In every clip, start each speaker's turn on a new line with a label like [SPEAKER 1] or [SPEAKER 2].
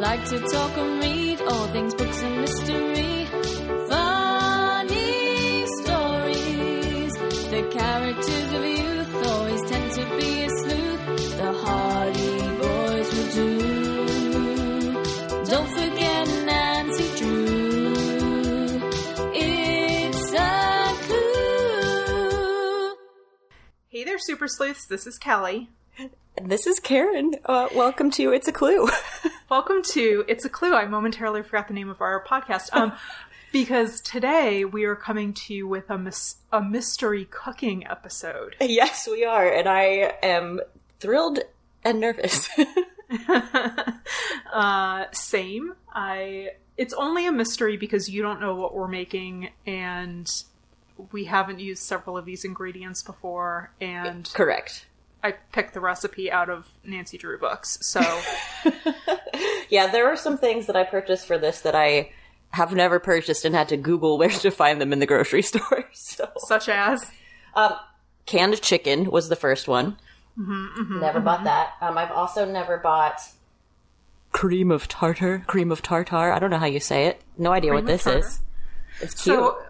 [SPEAKER 1] like to talk and read all things books and mystery. Funny stories. The characters of youth always tend to be a sleuth. The Hardy Boys will do. Don't forget Nancy Drew. It's a clue.
[SPEAKER 2] Hey there, Super Sleuths. This is Kelly.
[SPEAKER 3] And this is Karen. Uh, welcome to It's a Clue.
[SPEAKER 2] Welcome to It's a Clue. I momentarily forgot the name of our podcast. Um, because today we are coming to you with a, mis- a mystery cooking episode.
[SPEAKER 3] yes, we are. And I am thrilled and nervous.
[SPEAKER 2] uh, same. I. It's only a mystery because you don't know what we're making, and we haven't used several of these ingredients before, and
[SPEAKER 3] Correct.
[SPEAKER 2] I picked the recipe out of Nancy Drew books. So
[SPEAKER 3] Yeah, there are some things that I purchased for this that I have never purchased and had to Google where to find them in the grocery store. So, Um,
[SPEAKER 2] such as
[SPEAKER 3] canned chicken was the first one. never bought that. Um, I've also never bought cream of tartar. Cream of tartar. I don't know how you say it. No idea what
[SPEAKER 2] of
[SPEAKER 3] this is. It's cute.
[SPEAKER 2] So,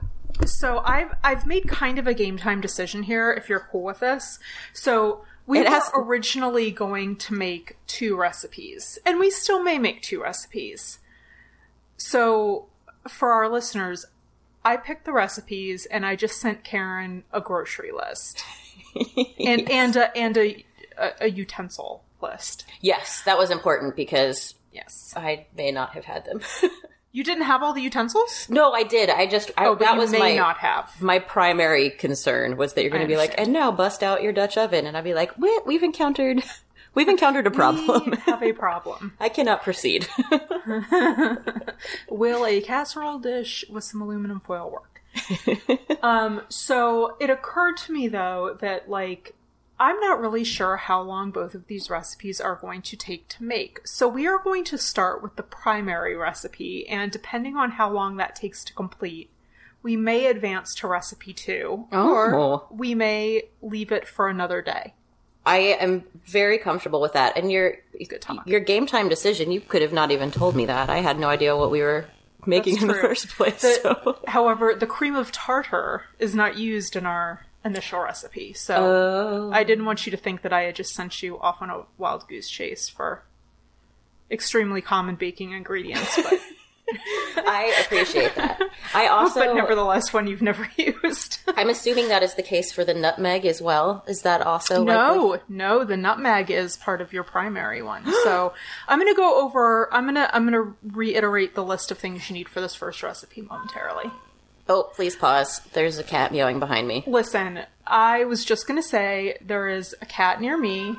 [SPEAKER 2] so I've I've made kind of a game time decision here. If you're cool with this, so we
[SPEAKER 3] It
[SPEAKER 2] were
[SPEAKER 3] has-
[SPEAKER 2] originally going to make two recipes, and we still may make two recipes. So, for our listeners, I picked the recipes, and I just sent Karen a grocery list and and a and a, a, a utensil list.
[SPEAKER 3] yes, that was important because
[SPEAKER 2] Yes,
[SPEAKER 3] I may not have had them.
[SPEAKER 2] you didn't have all the utensils.
[SPEAKER 3] no, I did. I just I,
[SPEAKER 2] Oh, but
[SPEAKER 3] that
[SPEAKER 2] you
[SPEAKER 3] was
[SPEAKER 2] may
[SPEAKER 3] my
[SPEAKER 2] not have.
[SPEAKER 3] my primary concern was that you're going
[SPEAKER 2] I
[SPEAKER 3] to be like,
[SPEAKER 2] understand.
[SPEAKER 3] and now bust out your Dutch oven, and I'd be like, we, we've encountered we've encountered a problem.
[SPEAKER 2] We have a problem.
[SPEAKER 3] I cannot proceed.
[SPEAKER 2] Will a casserole dish with some aluminum foil work? um, so it occurred to me though that like I'm not really sure how long both of these recipes are going to take to make. So we are going to start with the primary recipe, and depending on how long that takes to complete, we may advance to recipe two,
[SPEAKER 3] Oh.
[SPEAKER 2] or we may leave it for another day.
[SPEAKER 3] I am very comfortable with that. And your
[SPEAKER 2] Good talk.
[SPEAKER 3] your game time decision, you could have not even told me that. I had no idea what we were making
[SPEAKER 2] That's
[SPEAKER 3] in the
[SPEAKER 2] true.
[SPEAKER 3] first place.
[SPEAKER 2] The-
[SPEAKER 3] so.
[SPEAKER 2] However, the cream of tartar is not used in our initial recipe, so.
[SPEAKER 3] Oh,
[SPEAKER 2] I didn't want you to think that I had just sent you off on a wild goose chase for extremely common baking ingredients, but,
[SPEAKER 3] I appreciate that. I also,
[SPEAKER 2] but nevertheless one you've never used.
[SPEAKER 3] I'm assuming that is the case for the nutmeg as well. Is that also
[SPEAKER 2] no,
[SPEAKER 3] Like,
[SPEAKER 2] no, the nutmeg is part of your primary one. So I'm gonna go over. I'm gonna I'm gonna reiterate the list of things you need for this first recipe momentarily.
[SPEAKER 3] oh, please pause. There's a cat meowing behind me.
[SPEAKER 2] Listen, I was just gonna say there is a cat near me.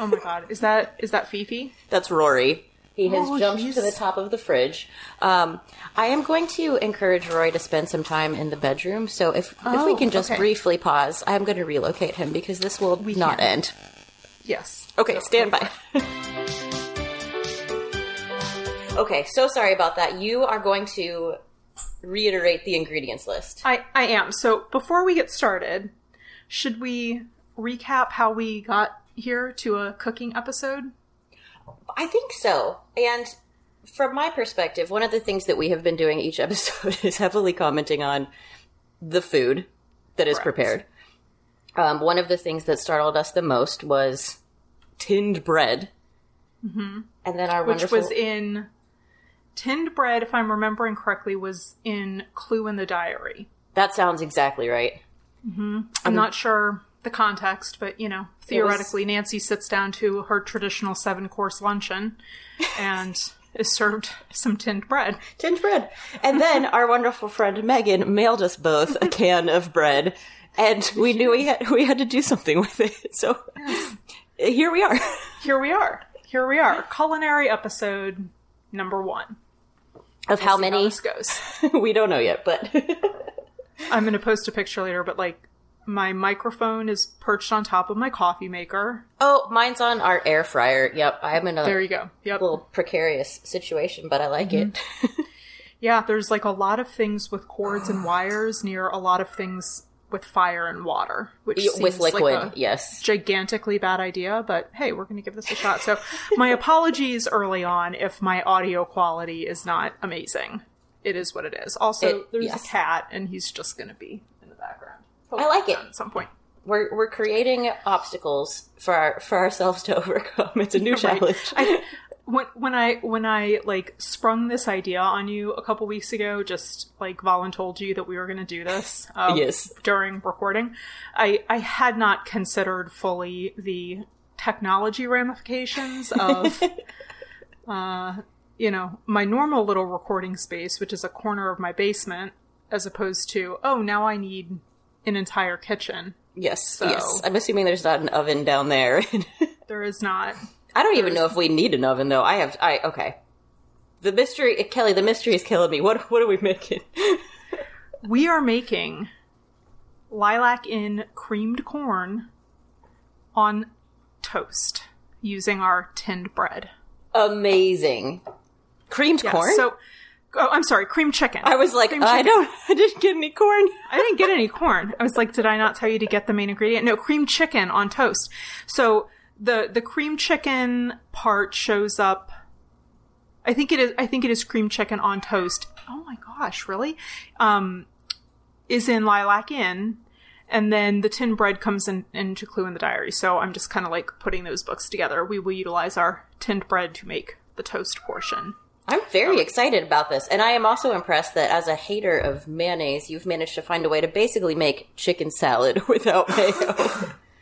[SPEAKER 2] Oh my god, is that is that Fifi?
[SPEAKER 3] That's Rory. He has
[SPEAKER 2] Oh,
[SPEAKER 3] jumped
[SPEAKER 2] he's-
[SPEAKER 3] to the top of the fridge. Um, I am going to encourage Rory to spend some time in the bedroom. So if if we
[SPEAKER 2] Oh,
[SPEAKER 3] can just
[SPEAKER 2] okay.
[SPEAKER 3] briefly pause, I'm going to relocate him because this will not
[SPEAKER 2] can.
[SPEAKER 3] end.
[SPEAKER 2] Yes.
[SPEAKER 3] Okay, stand by. okay, so sorry about that. You are going to reiterate the ingredients list.
[SPEAKER 2] I, I am. So before we get started, should we recap how we got here to a cooking episode?
[SPEAKER 3] I think so. And from my perspective, one of the things that we have been doing each episode is heavily commenting on the food that is
[SPEAKER 2] Correct.
[SPEAKER 3] prepared. Um, one of the things that startled us the most was tinned bread. Mm-hmm. And then our
[SPEAKER 2] Which
[SPEAKER 3] wonderful
[SPEAKER 2] was in tinned bread, if I'm remembering correctly, was in Clue in the Diary.
[SPEAKER 3] that sounds exactly right.
[SPEAKER 2] I'm not sure the context, but you know, theoretically, Nancy sits down to her traditional seven course luncheon and is served some tinned bread.
[SPEAKER 3] Tinned bread. And then our wonderful friend Megan mailed us both a can of bread, and we knew we had we had to do something with it. So here we are.
[SPEAKER 2] Here we are. Here we are. Culinary episode number one.
[SPEAKER 3] Of how
[SPEAKER 2] See
[SPEAKER 3] many
[SPEAKER 2] this goes.
[SPEAKER 3] we don't know yet, but
[SPEAKER 2] I'm going to post a picture later, but like my microphone is perched on top of my coffee maker.
[SPEAKER 3] Oh, mine's on our air fryer. Yep, I am in a
[SPEAKER 2] There Mm-hmm. you go. Yep.
[SPEAKER 3] little precarious situation, but I like it.
[SPEAKER 2] Yeah, there's like a lot of things with cords and wires near a lot of things with fire and water, which
[SPEAKER 3] with
[SPEAKER 2] seems like
[SPEAKER 3] liquid.
[SPEAKER 2] a-
[SPEAKER 3] yes.
[SPEAKER 2] gigantically bad idea, but hey, we're going to give this a shot. So, my apologies early on if my audio quality is not amazing. It is what it is. Also,
[SPEAKER 3] It-
[SPEAKER 2] there's
[SPEAKER 3] yes.
[SPEAKER 2] a cat, and he's just going to be in the background.
[SPEAKER 3] I like it.
[SPEAKER 2] At some point.
[SPEAKER 3] We're we're creating obstacles for our, for ourselves to overcome. It's a new challenge.
[SPEAKER 2] I, when when I when I like sprung this idea on you a couple weeks ago, just like voluntold you that we were going to do this. Um,
[SPEAKER 3] Yes.
[SPEAKER 2] During recording, I I had not considered fully the technology ramifications of. uh, you know, my normal little recording space, which is a corner of my basement, as opposed to, oh, now I need an entire kitchen.
[SPEAKER 3] yes,
[SPEAKER 2] So-
[SPEAKER 3] yes. I'm assuming there's not an oven down there.
[SPEAKER 2] There is not.
[SPEAKER 3] I don't even know if we need an oven though. I have I okay. The mystery, Kelly. The mystery is killing me. What what are we making?
[SPEAKER 2] We are making lilac in creamed corn on toast using our tinned bread.
[SPEAKER 3] Amazing, creamed
[SPEAKER 2] Yeah,
[SPEAKER 3] corn.
[SPEAKER 2] So, oh, I'm sorry, cream chicken.
[SPEAKER 3] I was like,
[SPEAKER 2] Cream
[SPEAKER 3] I
[SPEAKER 2] chicken.
[SPEAKER 3] don't. I didn't get any corn.
[SPEAKER 2] I didn't get any corn. I was like, did I not tell you to get the main ingredient? No, cream chicken on toast. So the the cream chicken part shows up. I think it is. I think it is cream chicken on toast. Oh my gosh, really? Um, is in Lilac Inn, and then the tin bread comes in into Clue in the Diary. So I'm just kind of like putting those books together. We will utilize our tinned bread to make the toast portion.
[SPEAKER 3] I'm very excited about this, and I am also impressed that as a hater of mayonnaise, you've managed to find a way to basically make chicken salad without mayo.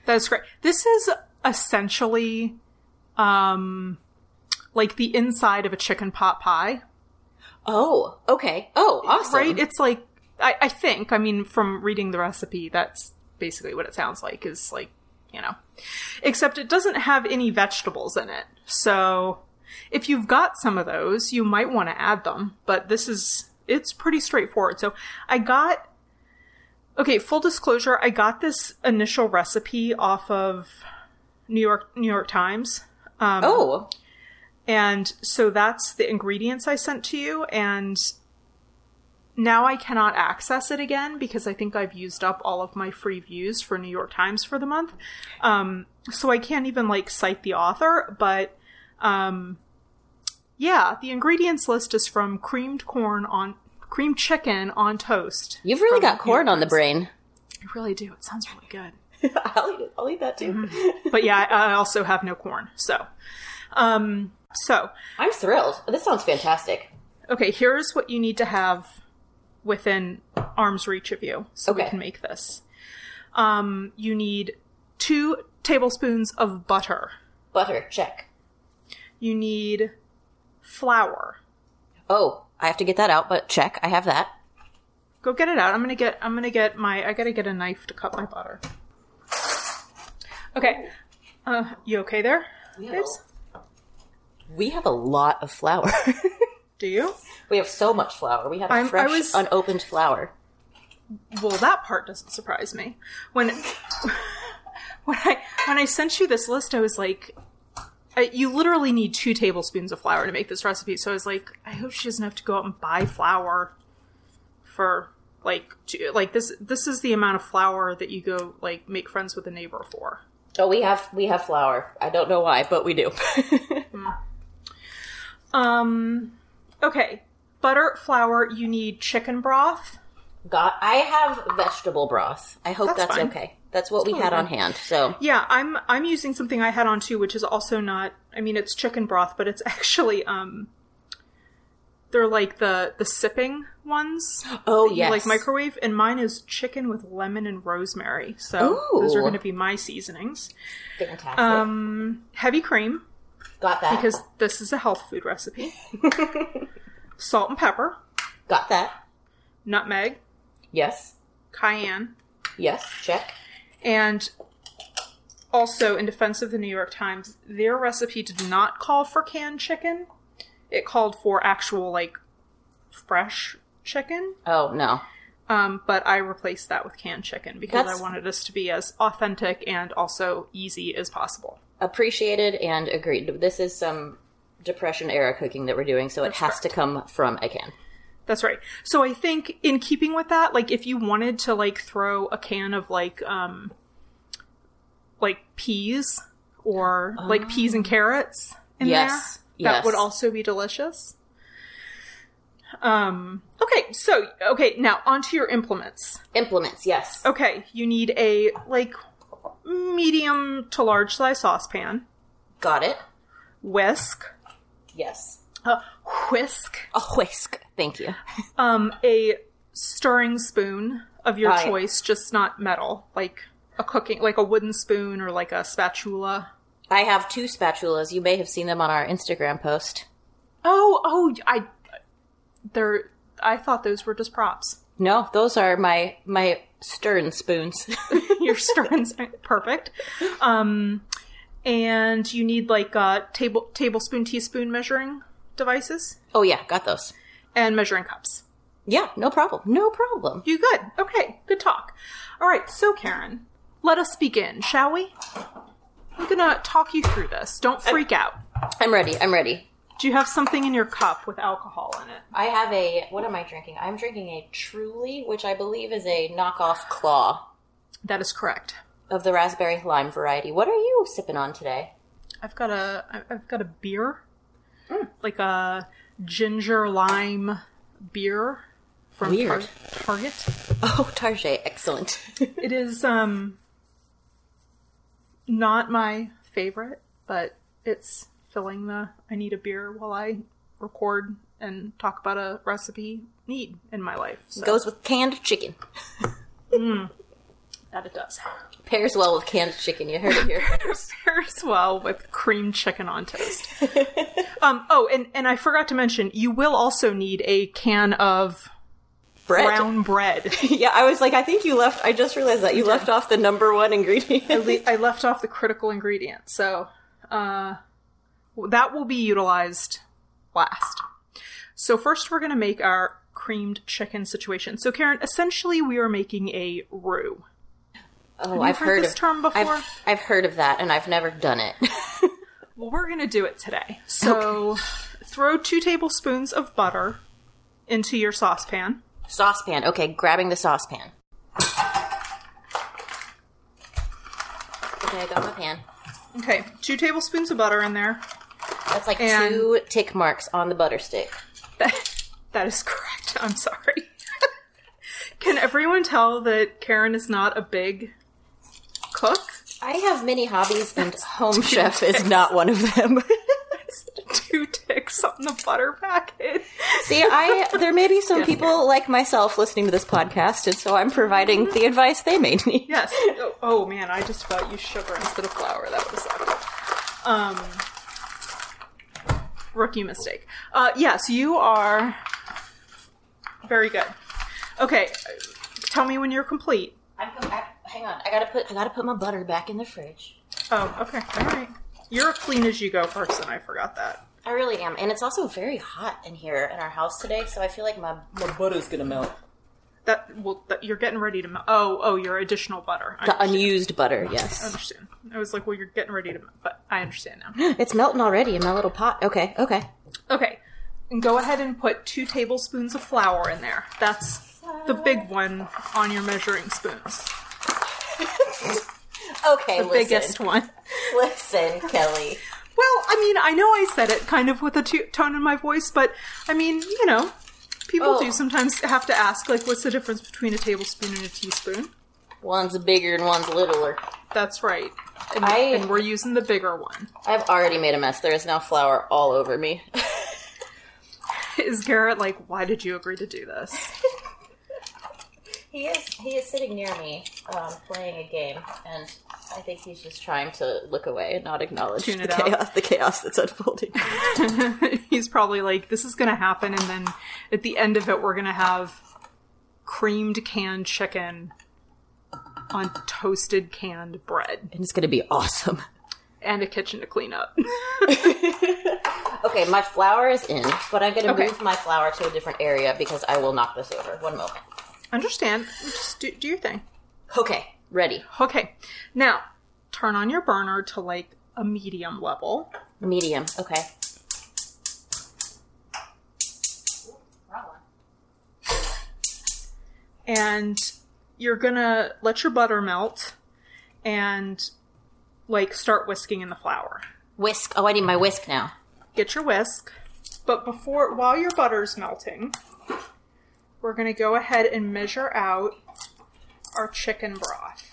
[SPEAKER 2] That's great. This is essentially um like the inside of a chicken pot pie.
[SPEAKER 3] oh, okay. Oh, awesome.
[SPEAKER 2] Right? It's like I, I think, I mean, from reading the recipe, that's basically what it sounds like, is like, you know. Except it doesn't have any vegetables in it. So if you've got some of those, you might want to add them. But this is it's pretty straightforward. So I got Okay, full disclosure, I got this initial recipe off of New York New York Times. Um,
[SPEAKER 3] Oh,
[SPEAKER 2] and so that's the ingredients I sent to you. And now I cannot access it again because I think I've used up all of my free views for New York Times for the month. Um, so I can't even like cite the author, but um, yeah, the ingredients list is from creamed corn on creamed chicken on toast.
[SPEAKER 3] you've really
[SPEAKER 2] From
[SPEAKER 3] got corn
[SPEAKER 2] New York
[SPEAKER 3] on the
[SPEAKER 2] Times.
[SPEAKER 3] brain.
[SPEAKER 2] I really do. It sounds really good
[SPEAKER 3] I'll eat it. I'll eat that too.
[SPEAKER 2] but yeah, I I also have no corn. So, um, so
[SPEAKER 3] I'm thrilled. This sounds fantastic.
[SPEAKER 2] okay, here's what you need to have within arm's reach of you, so we
[SPEAKER 3] Okay.
[SPEAKER 2] can make this. Um, you need two tablespoons of butter.
[SPEAKER 3] Butter, check.
[SPEAKER 2] You need flour.
[SPEAKER 3] Oh, I have to get that out, but check. I have that.
[SPEAKER 2] Go get it out. I'm gonna get. I'm gonna get my. I gotta get a knife to cut my butter. Okay. Uh, you okay there? babes?
[SPEAKER 3] We have a lot of flour.
[SPEAKER 2] Do you?
[SPEAKER 3] we have so much flour. We have
[SPEAKER 2] I'm- I
[SPEAKER 3] fresh,
[SPEAKER 2] was-
[SPEAKER 3] unopened flour.
[SPEAKER 2] Well, that part doesn't surprise me. When when I when I sent you this list, I was like, I, you literally need two tablespoons of flour to make this recipe. So I was like, I hope she doesn't have to go out and buy flour for like two, like this. This is the amount of flour that you go like make friends with a neighbor for.
[SPEAKER 3] Oh, we have we have flour. I don't know why, but we do.
[SPEAKER 2] Um, okay, butter, flour. You need chicken broth.
[SPEAKER 3] Got. I have vegetable broth. I hope
[SPEAKER 2] That's
[SPEAKER 3] that's,
[SPEAKER 2] fine.
[SPEAKER 3] okay. That's what we had on hand. So
[SPEAKER 2] Yeah, I'm I'm using something I had on too, which is also not. I mean, it's chicken broth, but it's actually um, they're like the the sipping ones.
[SPEAKER 3] oh
[SPEAKER 2] that
[SPEAKER 3] yes,
[SPEAKER 2] you, like microwave, and mine is chicken with lemon and rosemary. So those are
[SPEAKER 3] Ooh.
[SPEAKER 2] going to be my seasonings.
[SPEAKER 3] fantastic.
[SPEAKER 2] Um, heavy cream
[SPEAKER 3] got that.
[SPEAKER 2] because this is a health food recipe. Salt and pepper,
[SPEAKER 3] got that.
[SPEAKER 2] nutmeg,
[SPEAKER 3] Yes,
[SPEAKER 2] cayenne,
[SPEAKER 3] yes. Check.
[SPEAKER 2] And also, in defense of the New York Times, their recipe did not call for canned chicken. It called for actual, like, fresh chicken.
[SPEAKER 3] Oh no,
[SPEAKER 2] Um, but I replaced that with canned chicken because
[SPEAKER 3] That's-
[SPEAKER 2] I wanted us to be as authentic and also easy as possible.
[SPEAKER 3] appreciated and agreed. This is some depression era cooking that we're doing, so it has to come from a can.
[SPEAKER 2] That's right. So I think in keeping with that, like if you wanted to like throw a can of like um like peas or like peas and carrots in
[SPEAKER 3] Oh. Yes.
[SPEAKER 2] there, that
[SPEAKER 3] Yes.
[SPEAKER 2] would also be delicious. Um okay, so okay, now onto your implements.
[SPEAKER 3] Implements, yes.
[SPEAKER 2] Okay, you need a like medium to large size saucepan,
[SPEAKER 3] Got it.
[SPEAKER 2] whisk,
[SPEAKER 3] Yes.
[SPEAKER 2] uh, whisk,
[SPEAKER 3] A whisk. Thank you.
[SPEAKER 2] um, a stirring spoon of your
[SPEAKER 3] Right.
[SPEAKER 2] choice, just not metal, like a cooking, like a wooden spoon or like a spatula.
[SPEAKER 3] I have two spatulas. You may have seen them on our Instagram post.
[SPEAKER 2] Oh, oh, I, they're, I thought those were just props.
[SPEAKER 3] No, those are my my stern spoons.
[SPEAKER 2] your stirring spoon, perfect. Um, and you need like uh, table tablespoon, teaspoon measuring devices
[SPEAKER 3] oh yeah, got those.
[SPEAKER 2] and measuring cups.
[SPEAKER 3] Yeah, no problem. No problem.
[SPEAKER 2] You good? Okay, good talk. All right, so Karen, let us begin, shall we? I'm gonna talk you through this. Don't freak out.
[SPEAKER 3] I'm ready. I'm ready.
[SPEAKER 2] Do you have something in your cup with alcohol in it?
[SPEAKER 3] I have a what am I drinking? I'm drinking a Truly, which I believe is a knockoff claw
[SPEAKER 2] That is correct.
[SPEAKER 3] of the raspberry lime variety. What are you sipping on today?
[SPEAKER 2] I've got a I- I've got a beer, like a ginger lime beer from
[SPEAKER 3] Weird.
[SPEAKER 2] Tar- Target.
[SPEAKER 3] Oh, Target, excellent.
[SPEAKER 2] It is um not my favorite, but it's filling the I need a beer while I record and talk about a recipe need in my life. So
[SPEAKER 3] Goes with canned chicken.
[SPEAKER 2] that it does.
[SPEAKER 3] Pairs well with canned chicken. You heard it here.
[SPEAKER 2] Pairs well with cream chicken on toast. um oh and, and I forgot to mention you will also need a can of
[SPEAKER 3] Bread.
[SPEAKER 2] brown bread.
[SPEAKER 3] Yeah, I was like, I think you left. I just realized that you left off the number one ingredient.
[SPEAKER 2] le- I left off the critical ingredient, so uh, that will be utilized last. So first, we're going to make our creamed chicken situation. So Karen, essentially, we are making a roux.
[SPEAKER 3] Oh, I've
[SPEAKER 2] heard
[SPEAKER 3] heard,
[SPEAKER 2] this
[SPEAKER 3] of,
[SPEAKER 2] term before?
[SPEAKER 3] I've, I've heard of that, and I've never done it.
[SPEAKER 2] Well, we're going to do it today. So throw two tablespoons of butter into your saucepan.
[SPEAKER 3] saucepan. Okay, grabbing the saucepan. Okay, I got my pan.
[SPEAKER 2] Okay, two tablespoons of butter in there.
[SPEAKER 3] That's like
[SPEAKER 2] And-
[SPEAKER 3] two tick marks on the butter stick.
[SPEAKER 2] That, that is correct. I'm sorry. Can everyone tell that Karen is not a big cook?
[SPEAKER 3] I have many hobbies, and home chef is not one of them.
[SPEAKER 2] two ticks on the butter packet.
[SPEAKER 3] See, I there may be some people like myself listening to this podcast, and so I'm providing the advice they may need.
[SPEAKER 2] Yes. Oh, oh, man, I just about used sugar instead of flour. That would have sucked. Um, rookie mistake. Uh, yes, you are very good. Okay, tell me when you're complete.
[SPEAKER 3] I'm, I, hang on, I gotta put I gotta put my butter back in the fridge.
[SPEAKER 2] Oh, okay, all right. You're a clean as you go person. I forgot that.
[SPEAKER 3] I really am, and it's also very hot in here in our house today, so I feel like my my butter's gonna melt.
[SPEAKER 2] That well, that, you're getting ready to. melt. Oh, oh, your additional butter. I
[SPEAKER 3] The unused butter, yes,
[SPEAKER 2] understand. I was like, well, you're getting ready to, melt, but I understand now.
[SPEAKER 3] it's melting already in my little pot. Okay, okay.
[SPEAKER 2] Okay, and go ahead and put two tablespoons of flour in there. That's the big one on your measuring spoons,
[SPEAKER 3] Okay,
[SPEAKER 2] the
[SPEAKER 3] listen,
[SPEAKER 2] biggest one.
[SPEAKER 3] listen, Kelly.
[SPEAKER 2] Well, I mean, I know I said it kind of with a t- tone in my voice, but I mean, you know, people
[SPEAKER 3] Oh.
[SPEAKER 2] do sometimes have to ask, like, what's the difference between a tablespoon and a teaspoon?
[SPEAKER 3] One's bigger and one's littler.
[SPEAKER 2] That's right. And,
[SPEAKER 3] I-
[SPEAKER 2] and we're using the bigger one.
[SPEAKER 3] I've already made a mess. There is now flour all over me.
[SPEAKER 2] Is Garrett like, why did you agree to do this?
[SPEAKER 3] He is he is sitting near me, um, playing a game, and I think he's just trying to look away and not acknowledge
[SPEAKER 2] Tune
[SPEAKER 3] the
[SPEAKER 2] it out.
[SPEAKER 3] chaos, the chaos that's unfolding.
[SPEAKER 2] he's probably like, this is going to happen. And then at the end of it, we're going to have creamed canned chicken on toasted canned bread
[SPEAKER 3] and it's going to be awesome.
[SPEAKER 2] and a kitchen to clean up.
[SPEAKER 3] Okay, my flour is in, but I'm going to
[SPEAKER 2] Okay.
[SPEAKER 3] move my flour to a different area because I will knock this over. One moment.
[SPEAKER 2] Understand? Just do, do your thing.
[SPEAKER 3] Okay, ready.
[SPEAKER 2] Okay. Now, turn on your burner to like a medium level.
[SPEAKER 3] Medium. Okay.
[SPEAKER 2] and you're gonna let your butter melt and like start whisking in the flour.
[SPEAKER 3] Whisk. Oh, I need my whisk now.
[SPEAKER 2] Get your whisk, but before while your butter's melting, we're gonna go ahead and measure out our chicken broth.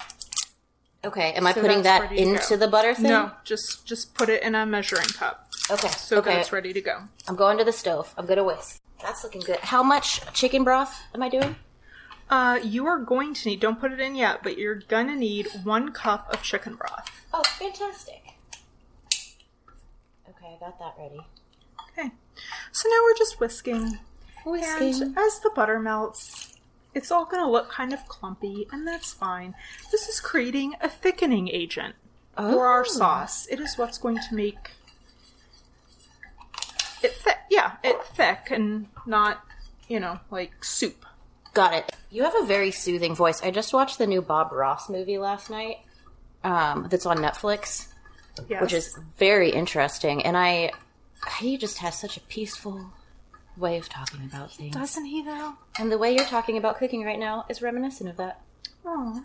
[SPEAKER 3] Okay. Am I
[SPEAKER 2] So
[SPEAKER 3] putting
[SPEAKER 2] that's
[SPEAKER 3] that
[SPEAKER 2] ready to go.
[SPEAKER 3] into the butter thing?
[SPEAKER 2] No, just just put it in a measuring cup
[SPEAKER 3] Okay.
[SPEAKER 2] so
[SPEAKER 3] okay.
[SPEAKER 2] that it's ready to go.
[SPEAKER 3] I'm going to the stove. I'm gonna whisk. That's looking good. How much chicken broth am I doing?
[SPEAKER 2] Uh, you are going to need don't put it in yet, but you're gonna need one cup of chicken broth.
[SPEAKER 3] Oh, fantastic. Okay, I got that ready.
[SPEAKER 2] Okay. So now we're just whisking. And as the butter melts, it's all going to look kind of clumpy, and that's fine. This is creating a thickening agent for
[SPEAKER 3] Oh.
[SPEAKER 2] our sauce. It is what's going to make it thick. Yeah, it thick and not, you know, like soup.
[SPEAKER 3] Got it. You have a very soothing voice. I just watched the new Bob Ross movie last night. Um, that's on Netflix,
[SPEAKER 2] Yes.
[SPEAKER 3] which is very interesting. And I, he just has such a peaceful way of talking about things.
[SPEAKER 2] Doesn't he, though?
[SPEAKER 3] And the way you're talking about cooking right now is reminiscent of that.
[SPEAKER 2] Oh.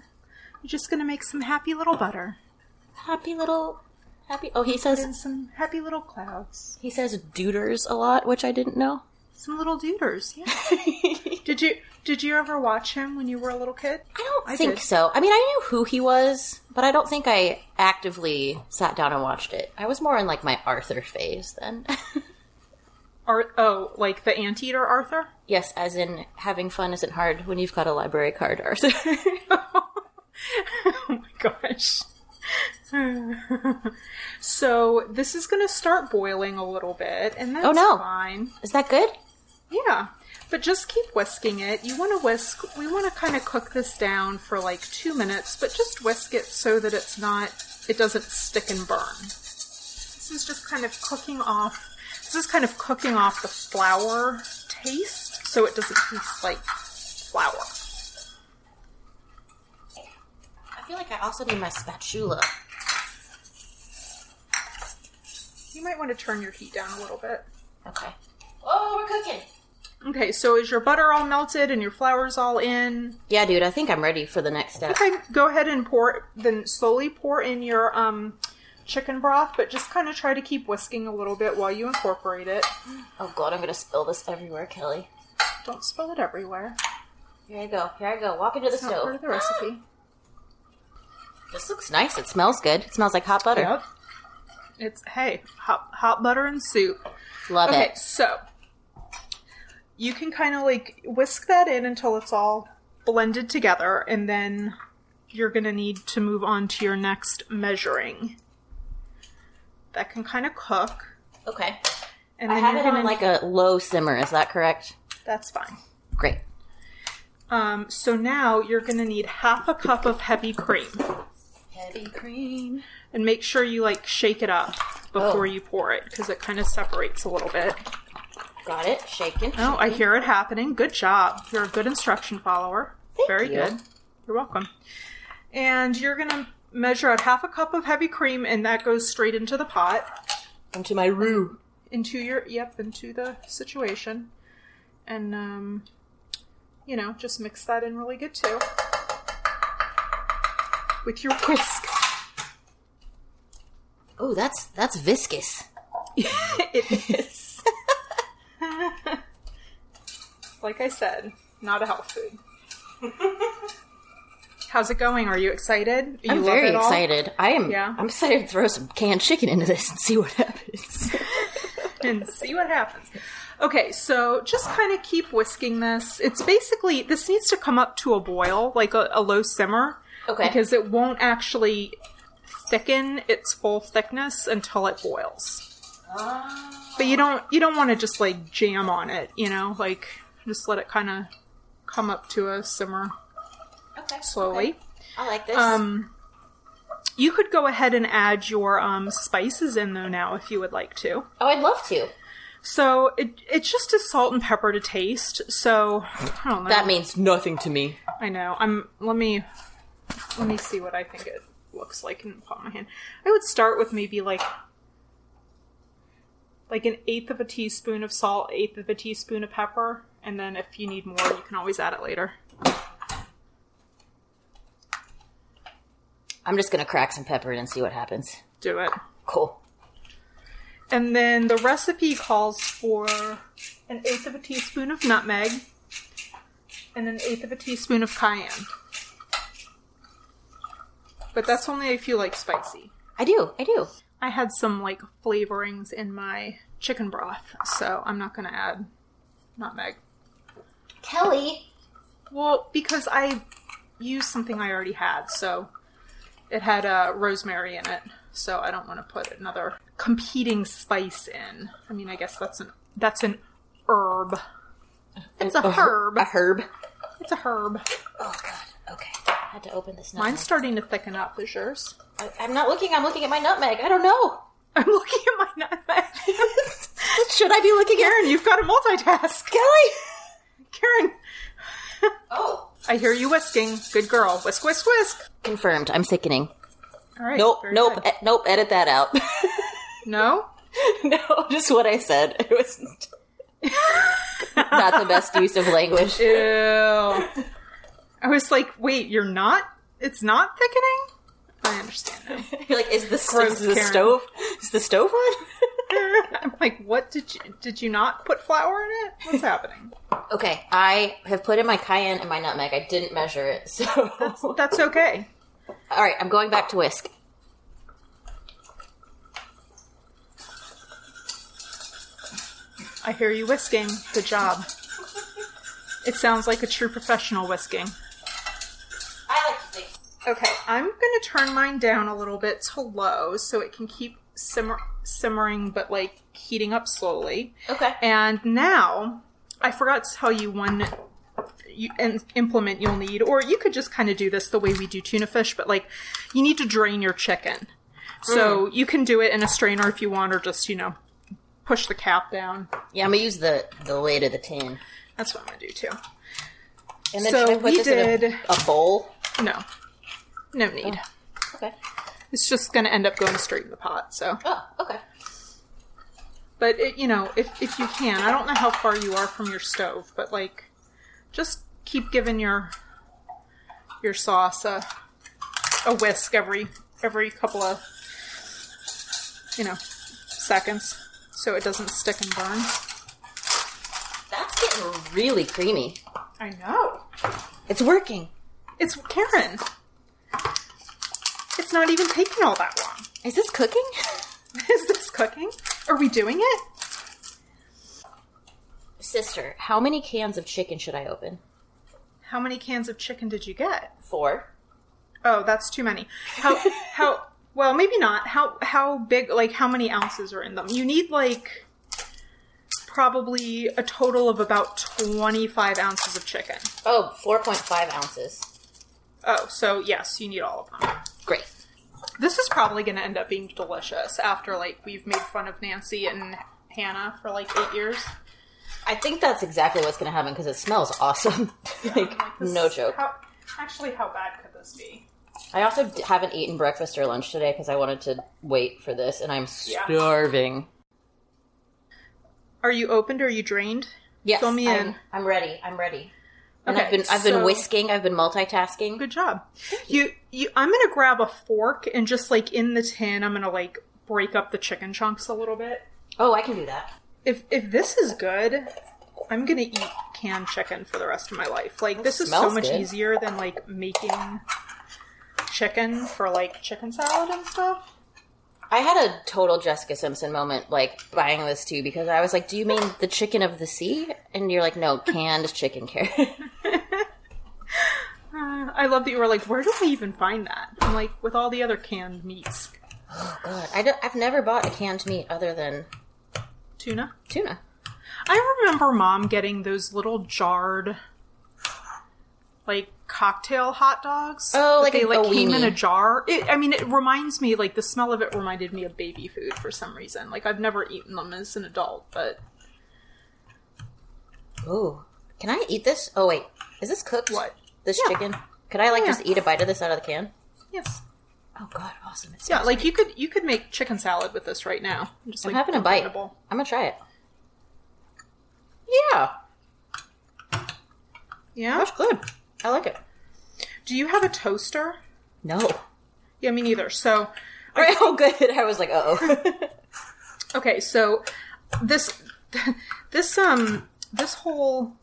[SPEAKER 2] You're just going to make some happy little butter
[SPEAKER 3] Happy little, happy. Oh, he
[SPEAKER 2] and
[SPEAKER 3] says
[SPEAKER 2] some happy little clouds.
[SPEAKER 3] he says duders a lot, which I didn't know.
[SPEAKER 2] Some little duders, yeah. did you did you ever watch him when you were a little kid?
[SPEAKER 3] I don't
[SPEAKER 2] I
[SPEAKER 3] think
[SPEAKER 2] did.
[SPEAKER 3] so. I mean, I knew who he was, but I don't think I actively sat down and watched it. I was more in like my Arthur phase then.
[SPEAKER 2] Ar- oh, like the anteater Arthur?
[SPEAKER 3] yes, as in having fun isn't hard when you've got a library card, Arthur.
[SPEAKER 2] Oh my gosh. so this is going to start boiling a little bit, and that's
[SPEAKER 3] no.
[SPEAKER 2] fine.
[SPEAKER 3] Is that good?
[SPEAKER 2] Yeah, but just keep whisking it. You want to whisk. We want to kind of cook this down for like two minutes, but just whisk it so that it's not. It doesn't stick and burn. This is just kind of cooking off. This is kind of cooking off the flour taste, so it doesn't taste like flour.
[SPEAKER 3] I feel like I also need my spatula.
[SPEAKER 2] You might want to turn your heat down a little bit.
[SPEAKER 3] Okay. Oh, we're cooking.
[SPEAKER 2] Okay, so is your butter all melted and your flour's all in?
[SPEAKER 3] Yeah, dude, I think I'm ready for the next step.
[SPEAKER 2] Okay, go ahead and pour. Then slowly pour in your um, chicken broth, but just kind of try to keep whisking a little bit while you incorporate it.
[SPEAKER 3] Oh god, I'm gonna spill this everywhere, Kelly.
[SPEAKER 2] Don't spill it everywhere.
[SPEAKER 3] Here I go. Here I go. Walk into the
[SPEAKER 2] It's not part
[SPEAKER 3] stove.
[SPEAKER 2] of the recipe.
[SPEAKER 3] This looks nice. It smells good. It smells like hot butter.
[SPEAKER 2] Yep. It's hey, hot hot butter and soup.
[SPEAKER 3] Love
[SPEAKER 2] Okay,
[SPEAKER 3] it.
[SPEAKER 2] so you can kind of like whisk that in until it's all blended together, and then you're going to need to move on to your next measuring. That can kind of cook,
[SPEAKER 3] Okay.
[SPEAKER 2] and
[SPEAKER 3] I
[SPEAKER 2] then
[SPEAKER 3] have
[SPEAKER 2] you're
[SPEAKER 3] it
[SPEAKER 2] gonna,
[SPEAKER 3] on like a low simmer. Is that correct?
[SPEAKER 2] that's fine.
[SPEAKER 3] Great.
[SPEAKER 2] Um, so now you're going to need half a cup of heavy cream,
[SPEAKER 3] Heavy cream.
[SPEAKER 2] and make sure you like shake it up before
[SPEAKER 3] Oh.
[SPEAKER 2] you pour it because it kind of separates a little bit.
[SPEAKER 3] Got it. Shaken.
[SPEAKER 2] Oh, I hear it happening. Good job. You're a good instruction follower.
[SPEAKER 3] Thank
[SPEAKER 2] Very
[SPEAKER 3] you.
[SPEAKER 2] good. You're welcome. And you're going to measure out half a cup of heavy cream, and that goes straight into the pot,
[SPEAKER 3] Into my roux.
[SPEAKER 2] into your, yep, into the situation. And, um, you know, just mix that in really good too with your whisk.
[SPEAKER 3] Oh, that's that's viscous.
[SPEAKER 2] it is. like I said, not a health food. How's it going? Are you excited? You
[SPEAKER 3] I'm
[SPEAKER 2] love
[SPEAKER 3] very
[SPEAKER 2] it all?
[SPEAKER 3] excited. I am.
[SPEAKER 2] Yeah.
[SPEAKER 3] I'm excited to throw some canned chicken into this and see what happens.
[SPEAKER 2] and see what happens. Okay, so just kind of keep whisking this. It's basically this needs to come up to a boil, like a, a low simmer,
[SPEAKER 3] Okay.
[SPEAKER 2] because it won't actually thicken its full thickness until it boils.
[SPEAKER 3] Ah.
[SPEAKER 2] But you don't you don't want to just like jam on it, you know, like just let it kind of come up to a simmer
[SPEAKER 3] okay.
[SPEAKER 2] slowly.
[SPEAKER 3] I like this.
[SPEAKER 2] Um, you could go ahead and add your um, spices in though now if you would like to.
[SPEAKER 3] oh, I'd love to.
[SPEAKER 2] So it it's just a salt and pepper to taste. So I don't know.
[SPEAKER 3] That means nothing to me.
[SPEAKER 2] I know. I'm let me let me see what I think it looks like in the palm of my hand. I would start with maybe like like an eighth of a teaspoon of salt, eighth of a teaspoon of pepper, and then if you need more, you can always add it later.
[SPEAKER 3] I'm just gonna crack some pepper and see what happens.
[SPEAKER 2] Do it.
[SPEAKER 3] Cool.
[SPEAKER 2] And then the recipe calls for an eighth of a teaspoon of nutmeg and an eighth of a teaspoon of cayenne. But that's only if you like spicy.
[SPEAKER 3] I do. I do.
[SPEAKER 2] I had some like flavorings in my chicken broth, so I'm not going to add nutmeg.
[SPEAKER 3] Kelly.
[SPEAKER 2] Well, because I used something I already had, so it had uh, rosemary in it, so I don't want to put another competing spice in. I mean, I guess that's an that's an herb. It's a herb.
[SPEAKER 3] A herb.
[SPEAKER 2] It's a herb.
[SPEAKER 3] Oh god. Okay. I had to open this nutmeg.
[SPEAKER 2] Mine's starting to thicken up. Is yours?
[SPEAKER 3] I- I'm not looking. I'm looking at my nutmeg. I don't know.
[SPEAKER 2] I'm looking at my nutmeg.
[SPEAKER 3] Should I be looking at
[SPEAKER 2] Karen, you've got to multitask.
[SPEAKER 3] Kelly?
[SPEAKER 2] Karen,
[SPEAKER 3] Oh.
[SPEAKER 2] I hear you whisking. Good girl. Whisk, whisk, whisk.
[SPEAKER 3] Confirmed. I'm thickening.
[SPEAKER 2] All right.
[SPEAKER 3] Nope.
[SPEAKER 2] very
[SPEAKER 3] Nope.
[SPEAKER 2] good.
[SPEAKER 3] e- nope. Edit that out.
[SPEAKER 2] No?
[SPEAKER 3] no, just what I said. It was not the best use of language.
[SPEAKER 2] Ew. I was like, wait, you're not? It's not thickening? I understand now.
[SPEAKER 3] You're like, is this
[SPEAKER 2] Gross,
[SPEAKER 3] is the
[SPEAKER 2] Karen.
[SPEAKER 3] stove? Is the stove on?
[SPEAKER 2] I'm like, what did you did you not put flour in it? What's happening?
[SPEAKER 3] okay, I have put in my cayenne and my nutmeg. I didn't measure it, so all
[SPEAKER 2] That's okay.
[SPEAKER 3] right. I'm going back to whisk.
[SPEAKER 2] I hear you whisking. Good job. It sounds like a true professional whisking.
[SPEAKER 3] I like to think.
[SPEAKER 2] Okay, I'm gonna turn mine down a little bit to low so it can keep simmer simmering but like heating up slowly.
[SPEAKER 3] Okay.
[SPEAKER 2] And now, I forgot to tell you one you, an implement you'll need, or you could just kind of do this the way we do tuna fish, but like you need to drain your chicken. So
[SPEAKER 3] Mm.
[SPEAKER 2] you can do it in a strainer if you want, or just, you know, push the cap down.
[SPEAKER 3] Yeah, I'm gonna use the the lid of the tin.
[SPEAKER 2] That's what I'm going to do too.
[SPEAKER 3] And then
[SPEAKER 2] So
[SPEAKER 3] should I put
[SPEAKER 2] we
[SPEAKER 3] this in
[SPEAKER 2] did-
[SPEAKER 3] a, Oh. a bowl?
[SPEAKER 2] No, no need.
[SPEAKER 3] Okay.
[SPEAKER 2] It's just going to end up going straight in the pot. So,
[SPEAKER 3] Oh, okay.
[SPEAKER 2] but it, you know, if, if you can, I don't know how far you are from your stove, but like just keep giving your your sauce a, a whisk every every couple of you know seconds so it doesn't stick and burn.
[SPEAKER 3] That's getting really creamy.
[SPEAKER 2] I know.
[SPEAKER 3] It's working.
[SPEAKER 2] It's Karen. It's not even taking all that long.
[SPEAKER 3] Is this cooking?
[SPEAKER 2] Is this cooking? Are we doing it?
[SPEAKER 3] Sister, how many cans of chicken should I open?
[SPEAKER 2] How many cans of chicken did you get?
[SPEAKER 3] Four.
[SPEAKER 2] Oh, that's too many. How how well, maybe not. How how big like how many ounces are in them? You need like probably a total of about 25 ounces of chicken.
[SPEAKER 3] Oh, 4.5 ounces.
[SPEAKER 2] Oh, so yes, you need all of them.
[SPEAKER 3] Great.
[SPEAKER 2] This is probably going to end up being delicious after like we've made fun of Nancy and Hannah for like 8 years.
[SPEAKER 3] I think that's exactly what's going to happen because it smells awesome. like,
[SPEAKER 2] This-
[SPEAKER 3] no joke.
[SPEAKER 2] How, actually, how bad could this be?
[SPEAKER 3] I also d- haven't eaten breakfast or lunch today because I wanted to wait for this and I'm
[SPEAKER 2] Yeah.
[SPEAKER 3] starving.
[SPEAKER 2] Are you opened or are you drained?
[SPEAKER 3] Yes.
[SPEAKER 2] Fill me
[SPEAKER 3] I'm,
[SPEAKER 2] in.
[SPEAKER 3] I'm ready. I'm ready. And I've
[SPEAKER 2] Okay,
[SPEAKER 3] been I've been
[SPEAKER 2] so-
[SPEAKER 3] whisking, I've been multitasking.
[SPEAKER 2] Good job. You you I'm going to grab a fork and just like in the tin I'm going to like break up the chicken chunks a little bit.
[SPEAKER 3] Oh, I can do that.
[SPEAKER 2] If if this is good, I'm going to eat canned chicken for the rest of my life. Like this is so
[SPEAKER 3] smells
[SPEAKER 2] much
[SPEAKER 3] good.
[SPEAKER 2] easier than like making chicken for like chicken salad and stuff.
[SPEAKER 3] I had a total Jessica Simpson moment, like buying this too, because I was like, "Do you mean the chicken of the sea?" And you're like, "No, canned chicken carrot."
[SPEAKER 2] Uh, I love that you were like, where do we even find that? I'm like, with all the other canned meats.
[SPEAKER 3] God, I don't, I've never bought a canned meat other than
[SPEAKER 2] Tuna?
[SPEAKER 3] tuna.
[SPEAKER 2] I remember mom getting those little jarred, like cocktail hot dogs.
[SPEAKER 3] Oh,
[SPEAKER 2] that
[SPEAKER 3] like
[SPEAKER 2] they
[SPEAKER 3] a-
[SPEAKER 2] like
[SPEAKER 3] a
[SPEAKER 2] came in
[SPEAKER 3] weenie.
[SPEAKER 2] a jar. It, I mean, it reminds me like the smell of it reminded me of baby food for some reason. Like I've never eaten them as an adult, but
[SPEAKER 3] Ooh, can I eat this? Oh wait, is this cooked?
[SPEAKER 2] What?
[SPEAKER 3] This
[SPEAKER 2] Yeah.
[SPEAKER 3] chicken? Could I like
[SPEAKER 2] Yeah.
[SPEAKER 3] just eat a bite of this out of the can?
[SPEAKER 2] yes,
[SPEAKER 3] Oh God, awesome! It's
[SPEAKER 2] yeah. Like you could you could make chicken salad with this right now. I'm just
[SPEAKER 3] I'm
[SPEAKER 2] like
[SPEAKER 3] having a bite.
[SPEAKER 2] unbelievable.
[SPEAKER 3] I'm gonna try it. Yeah,
[SPEAKER 2] Yeah.
[SPEAKER 3] that's good. I like it.
[SPEAKER 2] Do you have a toaster?
[SPEAKER 3] No,
[SPEAKER 2] Yeah, me neither. So,
[SPEAKER 3] Right, oh, good. I was like, uh oh.
[SPEAKER 2] okay, so this this um this whole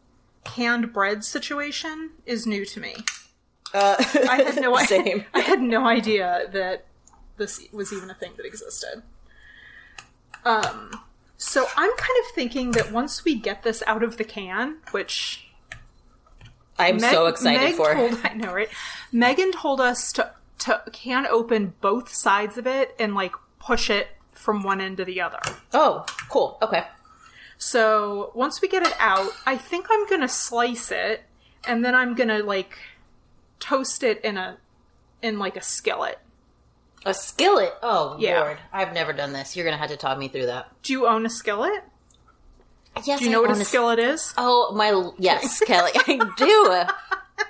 [SPEAKER 2] canned bread situation is new to me.
[SPEAKER 3] Uh,
[SPEAKER 2] I had no
[SPEAKER 3] Same.
[SPEAKER 2] I had no idea that this was even a thing that existed. Um, so I'm kind of thinking that once we get this out of the can, which
[SPEAKER 3] I'm
[SPEAKER 2] Meg-
[SPEAKER 3] so excited
[SPEAKER 2] Meg
[SPEAKER 3] for it.
[SPEAKER 2] Told, I know, right? Megan told us to to can open both sides of it and like push it from one end to the other.
[SPEAKER 3] Oh, cool. Okay.
[SPEAKER 2] So once we get it out, I think I'm gonna slice it and then I'm gonna like toast it in a in like a skillet.
[SPEAKER 3] A skillet. Oh,
[SPEAKER 2] Yeah.
[SPEAKER 3] Lord. I've never done this. You're going to have to talk me through that.
[SPEAKER 2] Do you own a skillet?
[SPEAKER 3] Yes,
[SPEAKER 2] Do you know what a skillet is?
[SPEAKER 3] Oh, my. Yes, Kelly. I do.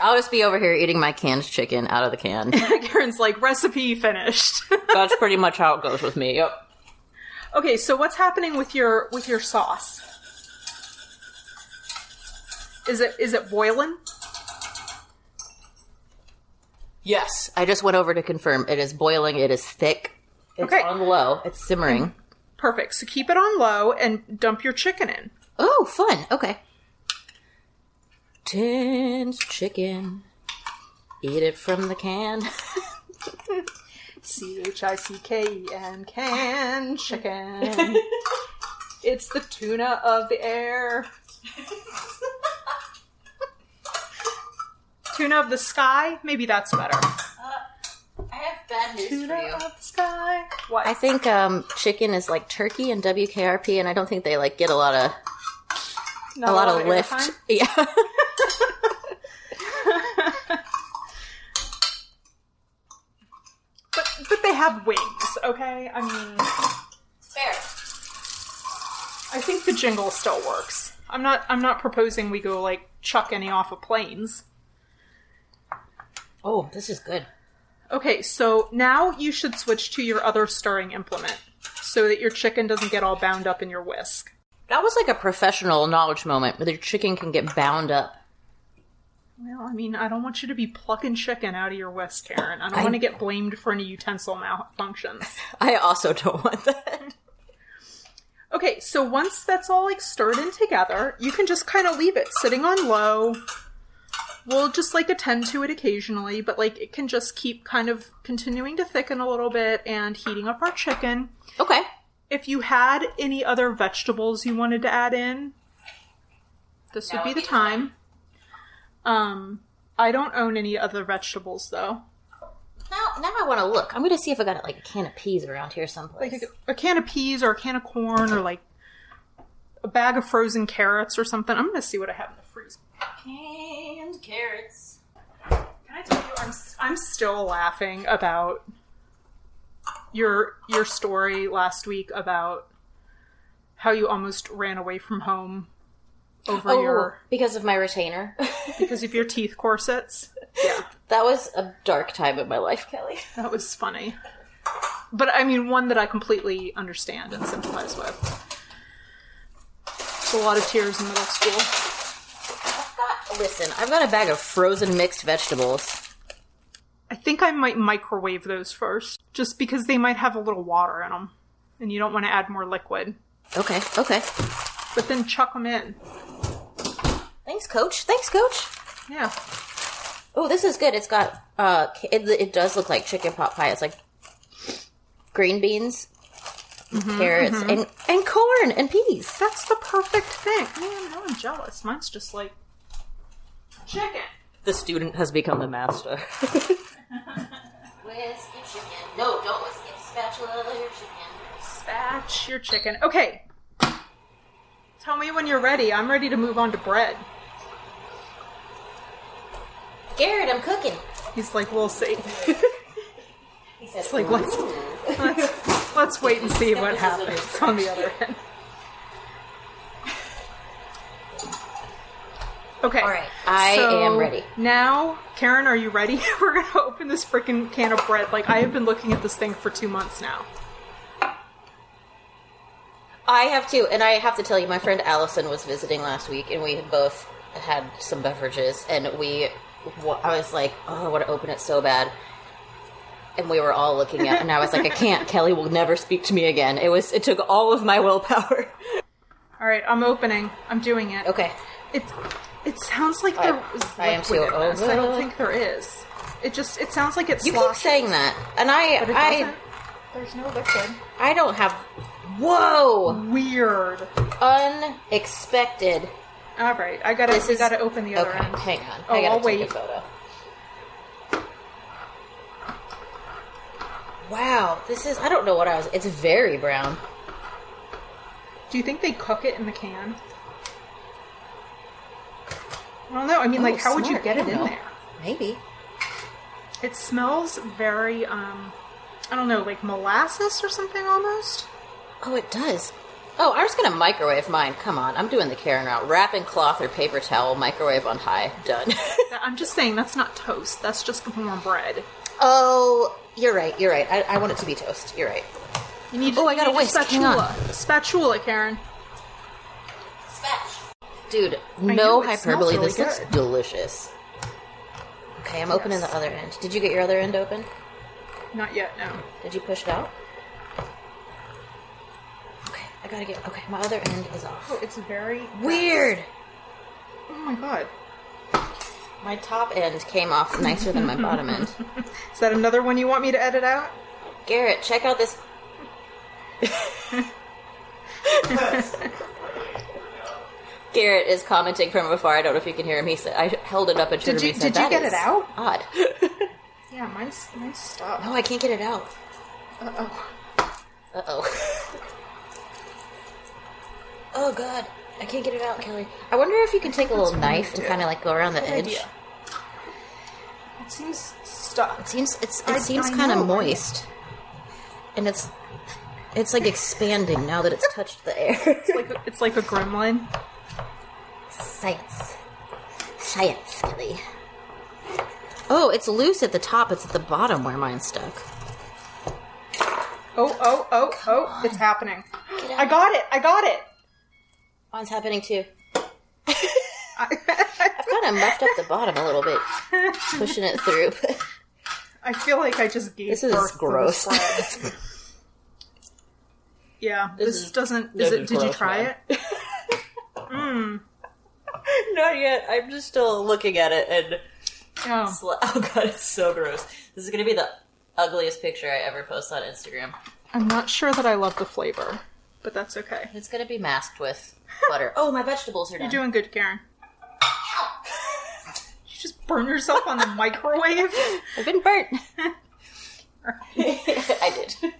[SPEAKER 3] I'll just be over here eating my canned chicken out of the can.
[SPEAKER 2] Karen's like recipe finished.
[SPEAKER 3] That's pretty much how it goes with me. Yep.
[SPEAKER 2] okay, so what's happening with your with your sauce? Is it is it boiling?
[SPEAKER 3] Yes. I just went over to confirm. It is boiling. It is thick. It's
[SPEAKER 2] Okay.
[SPEAKER 3] on low. It's simmering.
[SPEAKER 2] Perfect. So keep it on low and dump your chicken in.
[SPEAKER 3] Oh, fun. Okay. Tins chicken. Eat it from the can.
[SPEAKER 2] C H I C K E N can chicken. it's the tuna of the air. tuna of the sky? Maybe that's better.
[SPEAKER 3] I have bad news
[SPEAKER 2] Tuna of the sky. What?
[SPEAKER 3] I think um, chicken is like turkey and WKRP, and I don't think they like get a lot of
[SPEAKER 2] Not
[SPEAKER 3] a lot of
[SPEAKER 2] air
[SPEAKER 3] lift.
[SPEAKER 2] time?
[SPEAKER 3] Yeah.
[SPEAKER 2] But but they have wings, okay? I mean
[SPEAKER 3] Fair.
[SPEAKER 2] I think the jingle still works. I'm not I'm not proposing we go like chuck any off of planes.
[SPEAKER 3] Oh, this is good.
[SPEAKER 2] Okay, so now you should switch to your other stirring implement so that your chicken doesn't get all bound up in your whisk.
[SPEAKER 3] That was like a professional knowledge moment where the chicken can get bound up.
[SPEAKER 2] Well, I mean, I don't want you to be plucking chicken out of your whisk, Karen. I don't want to get blamed for any utensil malfunctions.
[SPEAKER 3] I also don't want that.
[SPEAKER 2] Okay, so once that's all like stirred in together, you can just kind of leave it sitting on low. We'll just like attend to it occasionally, but like it can just keep kind of continuing to thicken a little bit and heating up our chicken.
[SPEAKER 3] Okay.
[SPEAKER 2] if you had any other vegetables you wanted to add in, this would be the time. Um, I don't own any other vegetables though.
[SPEAKER 3] Now, now I want to look. I'm going to see if I got like a can of peas around here someplace.
[SPEAKER 2] Like a, a can of peas or a can of corn or like a bag of frozen carrots or something. I'm gonna see what I have in the freezer.
[SPEAKER 3] canned carrots.
[SPEAKER 2] Can I tell you, I'm s- I'm still laughing about your your story last week about how you almost ran away from home over
[SPEAKER 3] Oh,
[SPEAKER 2] your
[SPEAKER 3] because of my retainer.
[SPEAKER 2] because of your teeth corsets.
[SPEAKER 3] that was a dark time in my life, Kelly.
[SPEAKER 2] That was funny. But I mean, one that I completely understand and sympathize with. It's a lot of tears in middle school.
[SPEAKER 3] I've got, listen, I've got a bag of frozen mixed vegetables.
[SPEAKER 2] I think I might microwave those first, just because they might have a little water in them, and you don't want to add more liquid.
[SPEAKER 3] Okay, okay.
[SPEAKER 2] But then chuck them in.
[SPEAKER 3] Thanks, coach. Thanks, coach.
[SPEAKER 2] Yeah.
[SPEAKER 3] Oh, this is good. It's got uh, ca- it, it does look like chicken pot pie. It's like green beans, carrots, and and corn and peas.
[SPEAKER 2] That's the perfect thing. Man, now I'm jealous. Mine's just like chicken.
[SPEAKER 3] The student has become the master. No, don't whisk it. Spatula your chicken.
[SPEAKER 2] Spatch your chicken. Okay. Tell me when you're ready. I'm ready to move on to bread.
[SPEAKER 3] Garrett, I'm cooking.
[SPEAKER 2] He's like, we'll see.
[SPEAKER 3] He says,
[SPEAKER 2] It's like let's let's, let's wait and see what happens on the other end. Okay. All
[SPEAKER 3] right, I am ready.
[SPEAKER 2] Now, Karen, are you ready? We're gonna open this freaking can of bread. Like I have been looking at this thing for two months now.
[SPEAKER 3] I have too, and I have to tell you, my friend Allison was visiting last week, and we had both had some beverages, and we, wa- I was like, oh, I want to open it so bad. and we were all looking at, and I was like, I can't. Kelly will never speak to me again. It was. It took all of my willpower.
[SPEAKER 2] All right, I'm opening. I'm doing it.
[SPEAKER 3] Okay.
[SPEAKER 2] It it sounds like there
[SPEAKER 3] I-
[SPEAKER 2] is
[SPEAKER 3] I am
[SPEAKER 2] liquid
[SPEAKER 3] too
[SPEAKER 2] in this. I don't
[SPEAKER 3] over.
[SPEAKER 2] think there is. It just it sounds like it's
[SPEAKER 3] You keep saying that, and
[SPEAKER 2] but it
[SPEAKER 3] I,
[SPEAKER 2] doesn't. There's no liquid.
[SPEAKER 3] I, I don't have. Whoa!
[SPEAKER 2] Weird.
[SPEAKER 3] Unexpected.
[SPEAKER 2] All right, I gotta
[SPEAKER 3] This
[SPEAKER 2] we
[SPEAKER 3] is-
[SPEAKER 2] gotta open the other
[SPEAKER 3] Okay,
[SPEAKER 2] end.
[SPEAKER 3] hang on.
[SPEAKER 2] Oh,
[SPEAKER 3] I gotta
[SPEAKER 2] I'll
[SPEAKER 3] take
[SPEAKER 2] wait.
[SPEAKER 3] a photo. Wow, this is. I don't know what I was. It's very brown.
[SPEAKER 2] Do you think they cook it in the can? I don't know. I mean,
[SPEAKER 3] Oh,
[SPEAKER 2] like, how would you
[SPEAKER 3] smart.
[SPEAKER 2] get it
[SPEAKER 3] I don't
[SPEAKER 2] in
[SPEAKER 3] know.
[SPEAKER 2] there?
[SPEAKER 3] Maybe.
[SPEAKER 2] It smells very, um, I don't know, like molasses or something almost.
[SPEAKER 3] Oh, it does. Oh, I was gonna microwave mine. Come on, I'm doing the Karen route. Wrap in cloth or paper towel. Microwave on high. Done.
[SPEAKER 2] I'm just saying that's not toast. That's just warm bread.
[SPEAKER 3] oh, you're right. You're right. I, I want it to be toast. You're right.
[SPEAKER 2] You need.
[SPEAKER 3] Oh, I got
[SPEAKER 2] you
[SPEAKER 3] a
[SPEAKER 2] need
[SPEAKER 3] whisk. Hang
[SPEAKER 2] Spatula. Spatula, Karen.
[SPEAKER 3] Dude,
[SPEAKER 2] know,
[SPEAKER 3] no
[SPEAKER 2] it
[SPEAKER 3] hyperbole.
[SPEAKER 2] smells really
[SPEAKER 3] this looks
[SPEAKER 2] good.
[SPEAKER 3] delicious. Okay, I'm opening
[SPEAKER 2] Yes.
[SPEAKER 3] the other end. Did you get your other end open?
[SPEAKER 2] Not yet. No.
[SPEAKER 3] Did you push it out? Okay, I gotta get. Okay, my other end is
[SPEAKER 2] Oh,
[SPEAKER 3] off.
[SPEAKER 2] it's very
[SPEAKER 3] Weird!
[SPEAKER 2] Oh my god.
[SPEAKER 3] My top end came off nicer than my bottom end.
[SPEAKER 2] Is that another one you want me to edit out?
[SPEAKER 3] Garrett, check out this. Garrett is commenting from afar. I don't know if you can hear him. He said, "I held it up at you."
[SPEAKER 2] Did you-
[SPEAKER 3] said,
[SPEAKER 2] did you
[SPEAKER 3] "That
[SPEAKER 2] get
[SPEAKER 3] is
[SPEAKER 2] it out?"
[SPEAKER 3] Odd.
[SPEAKER 2] Yeah, mine's mine's stuck.
[SPEAKER 3] no, Oh, I can't get it out.
[SPEAKER 2] Uh oh.
[SPEAKER 3] Uh oh. oh god, I can't get it out, Kelly. I wonder if you can take a little knife and kind of like go around the edge.
[SPEAKER 2] idea. It seems stuck.
[SPEAKER 3] It seems it's it
[SPEAKER 2] I-
[SPEAKER 3] seems
[SPEAKER 2] I
[SPEAKER 3] kind
[SPEAKER 2] know,
[SPEAKER 3] of
[SPEAKER 2] right?
[SPEAKER 3] moist, and it's it's like expanding now that it's touched the air.
[SPEAKER 2] It's like a, it's like a gremlin.
[SPEAKER 3] Science, science, Kelly. Oh, it's loose at the top. It's at the bottom where mine's stuck.
[SPEAKER 2] Oh oh oh oh! It's happening.
[SPEAKER 3] Get out.
[SPEAKER 2] I got it. I got it.
[SPEAKER 3] Mine's happening too. I've kind of muffed up the bottom a little bit, pushing it through.
[SPEAKER 2] I feel like I just gave
[SPEAKER 3] This is
[SPEAKER 2] birth to
[SPEAKER 3] gross.
[SPEAKER 2] this bread. yeah, this,
[SPEAKER 3] is-
[SPEAKER 2] doesn't.
[SPEAKER 3] this
[SPEAKER 2] Is it?
[SPEAKER 3] is
[SPEAKER 2] Did you
[SPEAKER 3] gross,
[SPEAKER 2] try
[SPEAKER 3] man.
[SPEAKER 2] it?
[SPEAKER 3] Not yet. I'm just still looking at it and
[SPEAKER 2] Oh,
[SPEAKER 3] sla- oh god, it's so gross. This is gonna be the ugliest picture I ever post on Instagram.
[SPEAKER 2] I'm not sure that I love the flavor, but that's okay.
[SPEAKER 3] It's gonna be masked with butter. Oh, my vegetables are done.
[SPEAKER 2] You're doing good, Karen. You just burn yourself on the microwave.
[SPEAKER 3] I've been burnt. I did.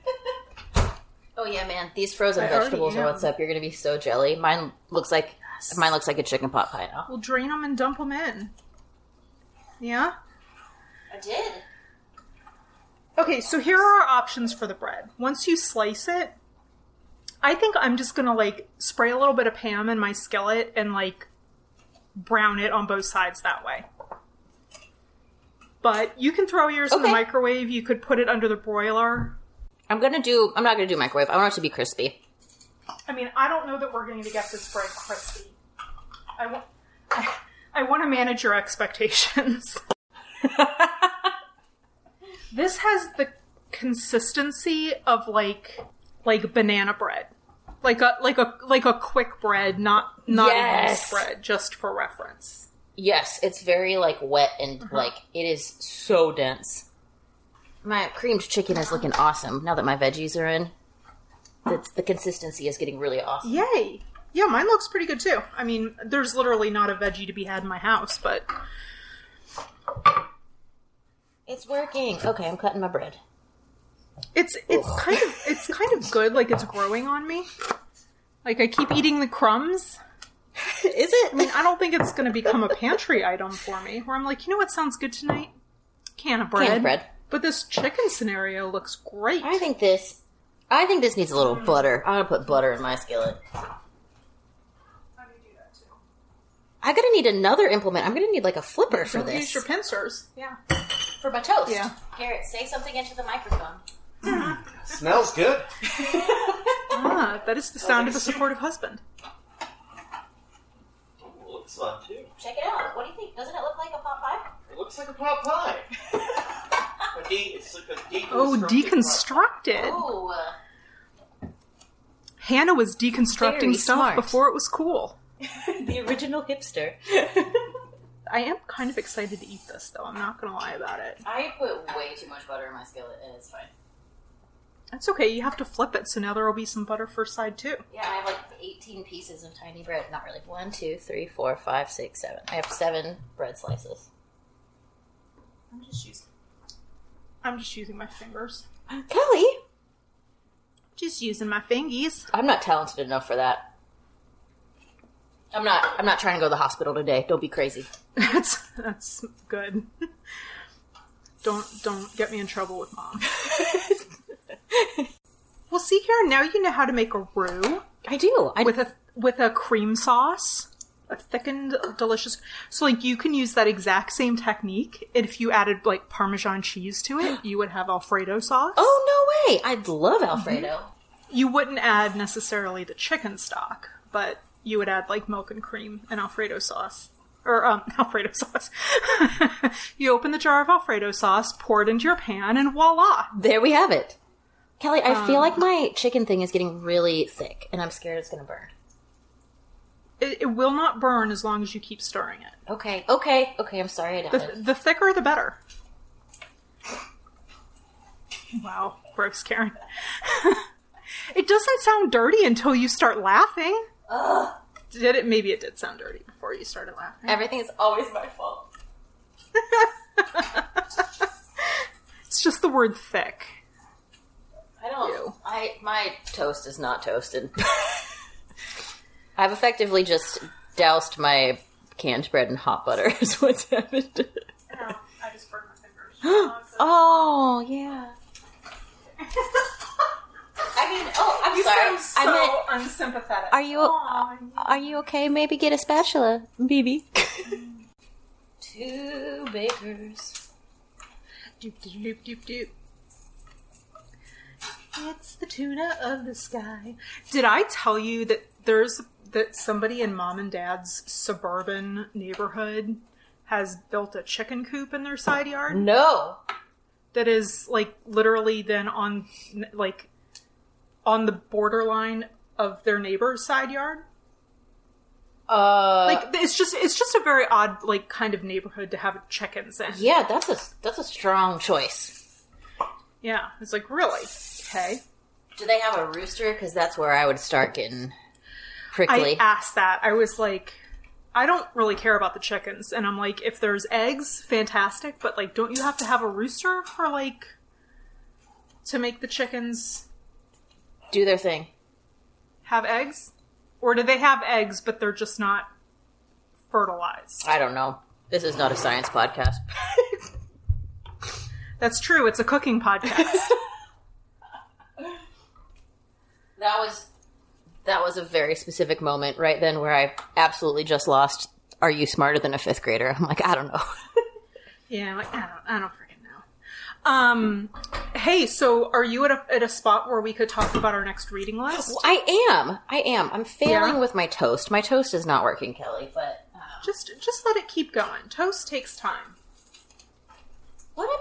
[SPEAKER 3] oh yeah, man, these frozen
[SPEAKER 2] I already
[SPEAKER 3] vegetables are
[SPEAKER 2] am.
[SPEAKER 3] what's up. You're gonna be so jelly. Mine looks like mine looks like a chicken pot pie now.
[SPEAKER 2] We'll drain them and dump them in. Yeah.
[SPEAKER 3] I did.
[SPEAKER 2] Okay, so here are our options for the bread. Once you slice it, I think I'm just gonna like spray a little bit of Pam in my skillet and like brown it on both sides that way. But you can throw yours in the
[SPEAKER 3] Okay.
[SPEAKER 2] microwave. You could put it under the broiler.
[SPEAKER 3] I'm gonna do. I'm not gonna do microwave. I want it to be crispy.
[SPEAKER 2] I mean, I don't know that we're going to get this bread crispy. I want, I, I want to manage your expectations. this has the consistency of like like banana bread, like a like a like a quick bread, not not
[SPEAKER 3] Yes.
[SPEAKER 2] a nice bread. Just for reference,
[SPEAKER 3] Yes, it's very like wet and like it is so dense. My creamed chicken is looking awesome now that my veggies are in. The, the consistency is getting really awesome.
[SPEAKER 2] yay! Yeah, mine looks pretty good too. I mean, there's literally not a veggie to be had in my house, but
[SPEAKER 3] It's working. Okay, I'm cutting my bread.
[SPEAKER 2] It's it's kind of it's kind of good. Like it's growing on me. Like I keep eating the crumbs.
[SPEAKER 3] Is it?
[SPEAKER 2] I mean, I don't think it's going to become a pantry item for me. Where I'm like, you know what sounds good tonight? Can of bread.
[SPEAKER 3] Can of bread.
[SPEAKER 2] But this chicken scenario looks great.
[SPEAKER 3] I think this. I think this needs a little butter. I'm gonna put butter in my skillet. I'm gonna need another implement. I'm gonna need like a flipper for
[SPEAKER 2] Don't use
[SPEAKER 3] this.
[SPEAKER 2] your pincers. Yeah.
[SPEAKER 3] for my toast.
[SPEAKER 2] Yeah.
[SPEAKER 3] Garrett, say something into the microphone.
[SPEAKER 4] Smells good.
[SPEAKER 2] Ah, that is the sound of a supportive husband.
[SPEAKER 4] Looks fun too.
[SPEAKER 3] Check it out. What do you think? Doesn't it look like a pot pie?
[SPEAKER 4] It looks like a pot pie. A de- it's like a deconstructed
[SPEAKER 2] Oh, deconstructed.
[SPEAKER 3] Ooh.
[SPEAKER 2] Hannah was deconstructing
[SPEAKER 5] Very
[SPEAKER 2] stuff
[SPEAKER 5] smart.
[SPEAKER 2] before it was cool.
[SPEAKER 3] The original hipster.
[SPEAKER 2] I am kind of excited to eat this, though. I'm not going to lie about it.
[SPEAKER 3] I put way too much butter in my skillet. and It's fine.
[SPEAKER 2] That's okay. You have to flip it, so now there will be some butter for side two.
[SPEAKER 3] Yeah, I have like 18 pieces of tiny bread. Not really. One, two, three, four, five, six, seven. I have seven bread slices.
[SPEAKER 2] I'm just using. I'm just using my fingers.
[SPEAKER 3] Kelly!
[SPEAKER 2] Just using my fingies.
[SPEAKER 3] I'm not talented enough for that. I'm not. I'm not trying to go to the hospital today. Don't be crazy.
[SPEAKER 2] That's that's good. don't don't get me in trouble with mom. well, see here now you know how to make a roux
[SPEAKER 3] I do. I
[SPEAKER 2] with a with a cream sauce, a thickened, delicious. So like you can use that exact same technique. and If you added like Parmesan cheese to it, you would have Alfredo sauce.
[SPEAKER 3] Oh no way! I'd love Alfredo.
[SPEAKER 2] you wouldn't add necessarily the chicken stock, but you would add like milk and cream and Alfredo sauce. Or um, Alfredo sauce. you open the jar of Alfredo sauce, pour it into your pan, and voila!
[SPEAKER 3] There we have it. Um. Kelly, I feel like my chicken thing is getting really thick, and I'm scared it's gonna burn.
[SPEAKER 2] It, it will not burn as long as you keep stirring it.
[SPEAKER 3] Okay, okay, okay. I'm sorry. I doubted.
[SPEAKER 2] The, the thicker, the better. Wow, gross, Karen. it doesn't sound dirty until you start laughing. Did it? Maybe it did sound dirty before you started laughing.
[SPEAKER 3] Everything is always my fault.
[SPEAKER 2] It's just the word thick.
[SPEAKER 3] I don't.
[SPEAKER 2] You.
[SPEAKER 3] I my toast is not toasted. I've effectively just doused my canned bread in hot butter. Is what's happened.
[SPEAKER 2] I just burned my fingers.
[SPEAKER 3] Oh yeah.
[SPEAKER 2] Oh.
[SPEAKER 3] I mean, oh, I'm sorry. I meant
[SPEAKER 2] unsympathetic.
[SPEAKER 3] Are you are you okay? Maybe get a spatula, baby. Two bakers.
[SPEAKER 2] Doop, doop, doop, doop, doop. It's the tuna of the sky. Did I tell you that there's that somebody in mom and dad's suburban neighborhood has built a chicken coop in their side yard?
[SPEAKER 3] No.
[SPEAKER 2] that is like literally then on like on the borderline of their neighbor's side yard.
[SPEAKER 3] Uh.
[SPEAKER 2] Like it's just it's just a very odd like kind of neighborhood to have chickens in.
[SPEAKER 3] yeah, that's a that's a strong choice.
[SPEAKER 2] Yeah, it's like really okay.
[SPEAKER 3] Do they have a rooster? Because that's where I would start getting prickly.
[SPEAKER 2] I asked that. I was like, I don't really care about the chickens, and I'm like, if there's eggs, fantastic, but like, don't you have to have a rooster for like to make the chickens
[SPEAKER 3] Do their thing.
[SPEAKER 2] have eggs, or do they have eggs but they're just not fertilized?
[SPEAKER 3] I don't know. This is not a science podcast.
[SPEAKER 2] That's true. It's a cooking podcast.
[SPEAKER 3] That was that was a very specific moment right then where I absolutely just lost. Are you smarter than a fifth grader? I'm like, I don't know.
[SPEAKER 2] yeah, like I don't, I don't freaking know. Um, hey, so are you at a at a spot where we could talk about our next reading list?
[SPEAKER 3] I am. I am. I'm failing
[SPEAKER 2] Yeah.
[SPEAKER 3] with my toast. My toast is not working, Kelly. But uh,
[SPEAKER 2] Just just let it keep going. Toast takes time.
[SPEAKER 3] what a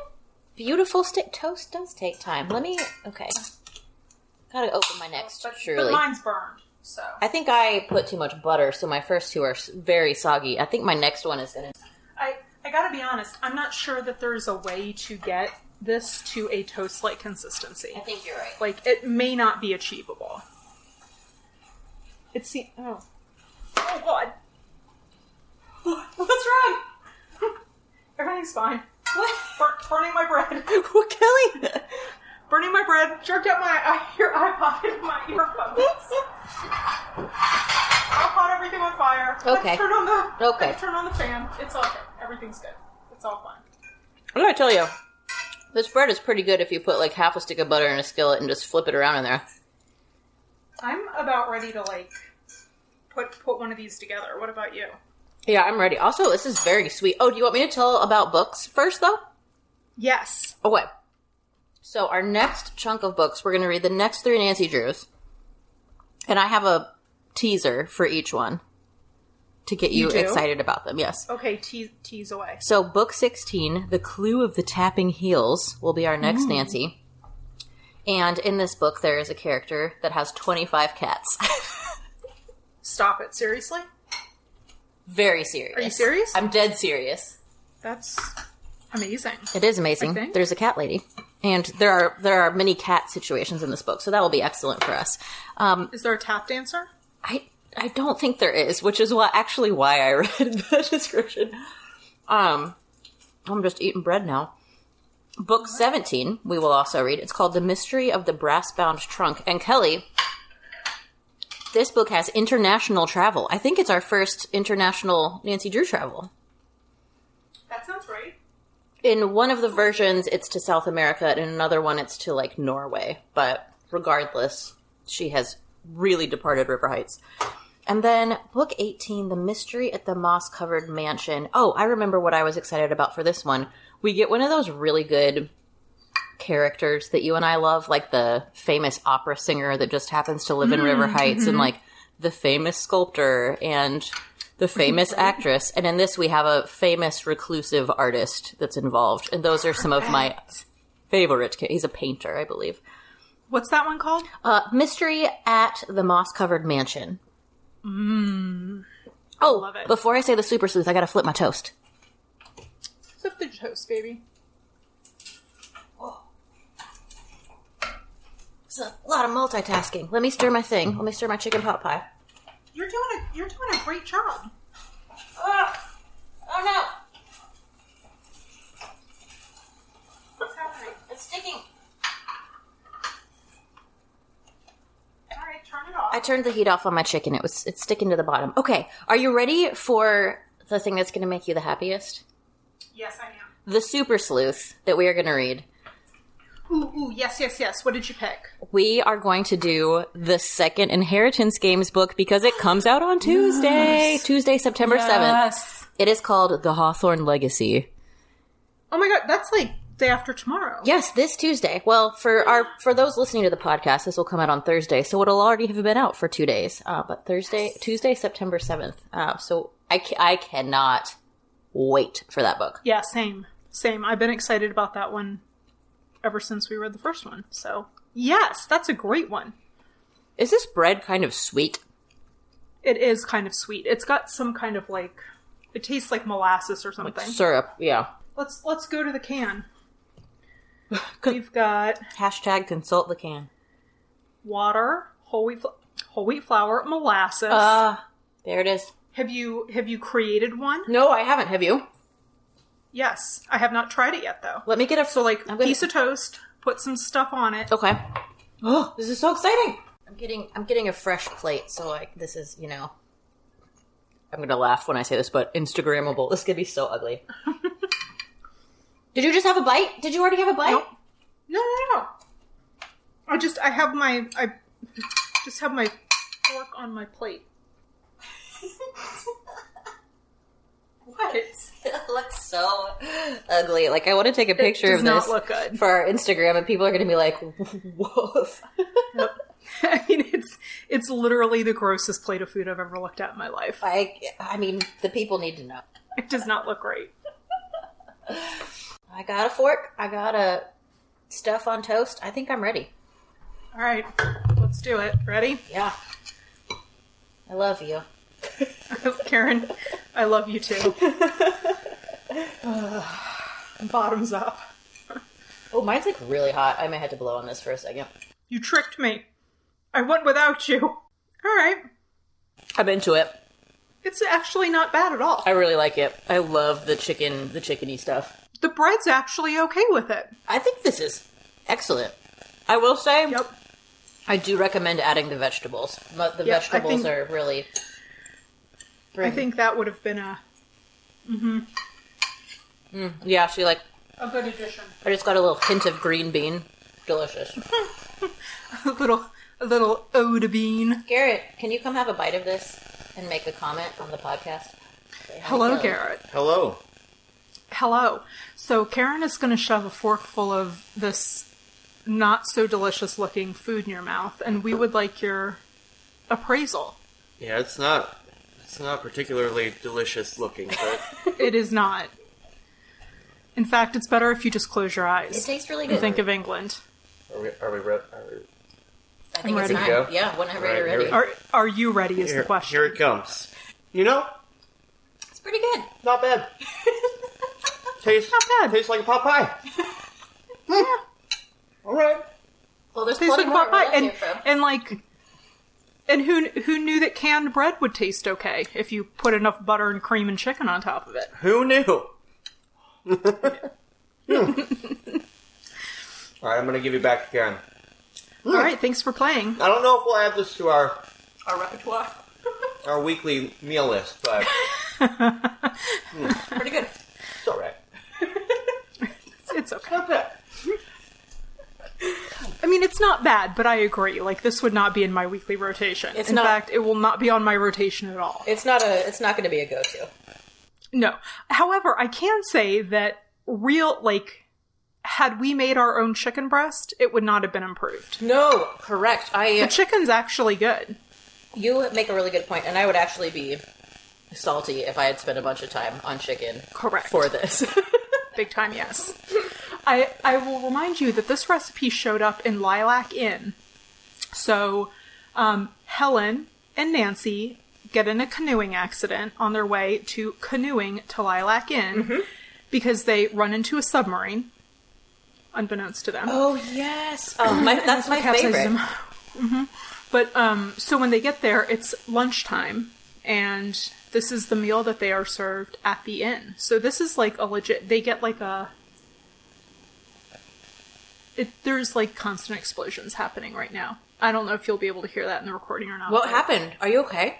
[SPEAKER 3] beautiful stick toast does take time. Let me. Okay. Gotta open my next.
[SPEAKER 2] But
[SPEAKER 3] Surely.
[SPEAKER 2] mine's burned, so
[SPEAKER 3] I think I put too much butter, so my first two are s- very soggy. I think my next one is gonna.
[SPEAKER 2] I I gotta be honest. I'm not sure that there's a way to get this to a toast like consistency.
[SPEAKER 3] I think you're right.
[SPEAKER 2] Like it may not be achievable. It's the oh oh god. What's wrong? Everything's fine. Bur- burning my bread.
[SPEAKER 5] Well, Kelly,
[SPEAKER 2] Burning my bread. Jerked out my eye- your iPod and my earphones. I'll caught everything on fire. Let's
[SPEAKER 3] Okay.
[SPEAKER 2] Turn on the
[SPEAKER 3] Okay.
[SPEAKER 2] let's Turn on the fan. It's all okay. Everything's good. It's all fine.
[SPEAKER 3] What did I tell you? This bread is pretty good if you put like half a stick of butter in a skillet and just flip it around in there.
[SPEAKER 2] I'm about ready to like put put one of these together. What about you?
[SPEAKER 3] Yeah, I'm ready. Also, this is very sweet. Oh, do you want me to tell about books first, though?
[SPEAKER 2] Yes.
[SPEAKER 3] Okay. So our next chunk of books, we're going to read the next three Nancy Drews, and I have a teaser for each one to get you,
[SPEAKER 2] do?
[SPEAKER 3] excited about them. Yes.
[SPEAKER 2] Okay, tease, tease away.
[SPEAKER 3] So, book 16, The Clue of the Tapping Heels, will be our next Nancy. And in this book, there is a character that has 25 cats.
[SPEAKER 2] Stop it. Seriously?
[SPEAKER 3] Very serious.
[SPEAKER 2] Are you serious?
[SPEAKER 3] I'm dead serious.
[SPEAKER 2] That's amazing.
[SPEAKER 3] It is amazing.
[SPEAKER 2] think.
[SPEAKER 3] There's a cat lady, and there are there are many cat situations in this book, so that will be excellent for us. Um,
[SPEAKER 2] Is there a tap dancer?
[SPEAKER 3] I I don't think there is, which is why actually why I read the description. Um, I'm just eating bread now. Book 17, we will also read. It's called The Mystery of the Brass Bound Trunk. And Kelly, this book has international travel. I think it's our first international Nancy Drew travel.
[SPEAKER 2] That sounds right.
[SPEAKER 3] in one of the versions it's to south america and in another one it's to like norway but regardless she has really departed river heights and then book 18 the mystery at the moss covered mansion oh i remember what i was excited about for this one we get one of those really good characters that you and i love like the famous opera singer that just happens to live in river heights and like the famous sculptor and the famous actress, and in this we have a famous reclusive artist that's involved, and those are some of my favorite. ca- He's a painter, I believe.
[SPEAKER 2] What's that one called?
[SPEAKER 3] Uh, Mystery at the Moss Covered Mansion. Mm. Oh,
[SPEAKER 2] love it.
[SPEAKER 3] before I say the super sleuth, I gotta flip my toast.
[SPEAKER 2] Flip the toast, baby.
[SPEAKER 3] It's a lot of multitasking. Let me stir my thing. Let me stir my chicken pot pie.
[SPEAKER 2] You're doing a you're doing a great job.
[SPEAKER 3] Oh no,
[SPEAKER 2] What's happening?
[SPEAKER 3] it's sticking.
[SPEAKER 2] All right, turn it off.
[SPEAKER 3] I turned the heat off on my chicken. It was it's sticking to the bottom. Okay, are you ready for the thing that's gonna make you the happiest?
[SPEAKER 2] yes, I am.
[SPEAKER 3] the super sleuth that we are going to read
[SPEAKER 2] Ooh, ooh, yes, yes, yes. What did you pick?
[SPEAKER 3] we are going to do the second inheritance games book because it comes out on tuesday tuesday september 7th it is called the hawthorne legacy
[SPEAKER 2] Oh my god, that's like day after tomorrow.
[SPEAKER 3] yes this tuesday well for our for those listening to the podcast this will come out on thursday so it'll already have been out for two days uh, but thursday tuesday september 7th uh, so I, ca- I cannot wait for that book
[SPEAKER 2] Yeah, same. Same. I've been excited about that one ever since we read the first one. So, yes, that's a great one.
[SPEAKER 3] is this bread kind of sweet
[SPEAKER 2] It is kind of sweet. It's got some kind of like it tastes like molasses or something.
[SPEAKER 3] syrup yeah
[SPEAKER 2] let's let's go to the can. We've got
[SPEAKER 3] hashtag consult the can
[SPEAKER 2] water, whole wheat, fl- whole wheat flour, molasses.
[SPEAKER 3] Ah, there it is.
[SPEAKER 2] have you have you created one?
[SPEAKER 3] No, I haven't. Have you?
[SPEAKER 2] Yes, I have not tried it yet though.
[SPEAKER 3] Let me get a
[SPEAKER 2] So like
[SPEAKER 3] I'm gonna-
[SPEAKER 2] piece of toast, put some stuff on it.
[SPEAKER 3] Okay. Oh, this is so exciting. I'm getting I'm getting a fresh plate, so like this is you know. I'm gonna laugh when I say this, but Instagrammable. This could be so ugly. Did you just have a bite? Did you already have a bite?
[SPEAKER 2] Nope. No, no, no. I just I have my I just have my fork on my plate. what?
[SPEAKER 3] it looks so ugly. Like I want to take a picture
[SPEAKER 2] does
[SPEAKER 3] of
[SPEAKER 2] not
[SPEAKER 3] this
[SPEAKER 2] look good.
[SPEAKER 3] for our Instagram, and people are gonna be like, "Woof."
[SPEAKER 2] I mean, it's it's literally the grossest plate of food I've ever looked at in my life.
[SPEAKER 3] like, I mean, the people need to know.
[SPEAKER 2] It does not look great.
[SPEAKER 3] I got a fork. I got a stuff on toast. I think I'm ready.
[SPEAKER 2] All right, let's do it. Ready?
[SPEAKER 3] Yeah. I love you.
[SPEAKER 2] Karen, I love you too. Bottoms up.
[SPEAKER 3] Oh, mine's like really hot. I may have to blow on this for a second.
[SPEAKER 2] You tricked me. I went without you. All right.
[SPEAKER 3] I'm into it.
[SPEAKER 2] It's actually not bad at all.
[SPEAKER 3] I really like it. I love the chicken, the chickeny stuff.
[SPEAKER 2] The bread's actually okay with it.
[SPEAKER 3] I think this is excellent. I will say,
[SPEAKER 2] Yep.
[SPEAKER 3] I do recommend adding the vegetables. Mo- The
[SPEAKER 2] Yeah, I
[SPEAKER 3] vegetables
[SPEAKER 2] think-
[SPEAKER 3] are really.
[SPEAKER 2] I think that would have been a,
[SPEAKER 3] Yeah, she like.
[SPEAKER 2] a good addition.
[SPEAKER 3] I just got a little hint of green bean. Delicious.
[SPEAKER 2] A little, a little eau de bean.
[SPEAKER 3] Garrett, can you come have a bite of this and make a comment on the podcast? Say how you
[SPEAKER 2] Hello,
[SPEAKER 3] feel.
[SPEAKER 2] Garrett.
[SPEAKER 4] Hello.
[SPEAKER 2] Hello. So Karen is going to shove a fork full of this not so delicious looking food in your mouth, and we would like your appraisal.
[SPEAKER 4] Yeah, it's not. It's not particularly delicious looking, but
[SPEAKER 2] It is not. In fact, it's better if you just close your
[SPEAKER 3] It
[SPEAKER 2] eyes
[SPEAKER 3] tastes really
[SPEAKER 2] and
[SPEAKER 3] good.
[SPEAKER 2] think of England.
[SPEAKER 4] are we? Are we? Re- are
[SPEAKER 3] I think it's
[SPEAKER 2] ready.
[SPEAKER 3] time.
[SPEAKER 4] Go.
[SPEAKER 3] Yeah, whenever
[SPEAKER 4] Right,
[SPEAKER 3] you're
[SPEAKER 4] here
[SPEAKER 3] ready.
[SPEAKER 4] we go.
[SPEAKER 2] Are Are you ready? Is
[SPEAKER 4] we here,
[SPEAKER 2] the question.
[SPEAKER 4] here it comes. You know,
[SPEAKER 3] It's pretty good.
[SPEAKER 4] not bad. tastes
[SPEAKER 2] Not bad.
[SPEAKER 4] Tastes like a pot pie. All right.
[SPEAKER 3] Well, there's
[SPEAKER 2] Tastes
[SPEAKER 3] plenty
[SPEAKER 2] like
[SPEAKER 3] more
[SPEAKER 2] pot pie,
[SPEAKER 3] around
[SPEAKER 2] and
[SPEAKER 3] here, Fro.
[SPEAKER 2] and like, and who who knew that canned bread would taste okay if you put enough butter and cream and chicken on top of it?
[SPEAKER 4] Who knew? Hmm. All right, I'm gonna give you back again.
[SPEAKER 3] Hmm.
[SPEAKER 2] All right, thanks for playing.
[SPEAKER 4] I don't know if we'll add this to our
[SPEAKER 3] Our repertoire.
[SPEAKER 4] our weekly meal list, but
[SPEAKER 3] Pretty good.
[SPEAKER 4] it's all right.
[SPEAKER 2] It's okay. I mean, it's not bad, but I agree. Like, this would not be in my weekly rotation.
[SPEAKER 3] It's
[SPEAKER 2] in
[SPEAKER 3] not.
[SPEAKER 2] fact, it will not be on my rotation at all.
[SPEAKER 3] It's not a. It's not going to be a go-to.
[SPEAKER 2] No. However, I can say that real, like, had we made our own chicken breast, it would not have been improved.
[SPEAKER 3] No, correct.
[SPEAKER 2] The
[SPEAKER 3] I.
[SPEAKER 2] chicken's actually good.
[SPEAKER 3] You make a really good point, and I would actually be salty if I had spent a bunch of time on chicken.
[SPEAKER 2] Correct.
[SPEAKER 3] For this.
[SPEAKER 2] Big time, yes. I I will remind you that this recipe showed up in Lilac Inn. So, um, Helen and Nancy get in a canoeing accident on their way to canoeing to Lilac Inn because they run into a submarine, unbeknownst to them.
[SPEAKER 3] oh yes. Oh, my, that's my favorite.
[SPEAKER 2] Mhm. But um, so when they get there, it's lunchtime, and this is the meal that they are served at the inn. So this is like a legit. They get like a. It, there's like constant explosions happening right now. I don't know if you'll be able to hear that in the recording or not.
[SPEAKER 3] What
[SPEAKER 2] but-
[SPEAKER 3] happened? Are you okay?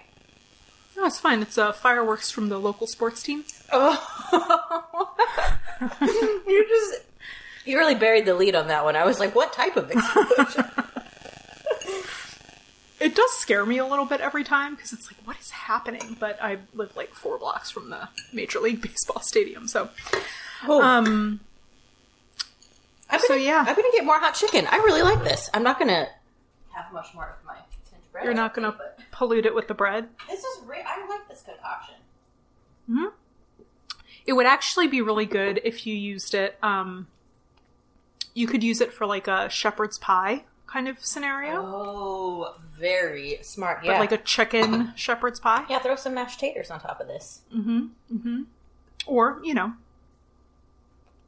[SPEAKER 2] No, it's fine. It's uh, fireworks from the local sports team.
[SPEAKER 3] Oh. you just. You really buried the lead on that one. I was like, what type of explosion?
[SPEAKER 2] It does scare me a little bit every time because it's like, what is happening? But I live like four blocks from the Major League Baseball stadium, so
[SPEAKER 3] Oh.
[SPEAKER 2] um,
[SPEAKER 3] I'm gonna,
[SPEAKER 2] so yeah.
[SPEAKER 3] I'm gonna get more hot chicken. I really like this. I'm not gonna have much more of my tinge bread.
[SPEAKER 2] You're not gonna pollute it with the bread.
[SPEAKER 3] This is. Re- I like this concoction.
[SPEAKER 2] It would actually be really good if you used it. Um, you could use it for like a shepherd's pie kind of scenario,
[SPEAKER 3] Oh, very smart. Yeah.
[SPEAKER 2] but like a chicken shepherd's pie,
[SPEAKER 3] yeah, throw some mashed taters on top of this.
[SPEAKER 2] or you know,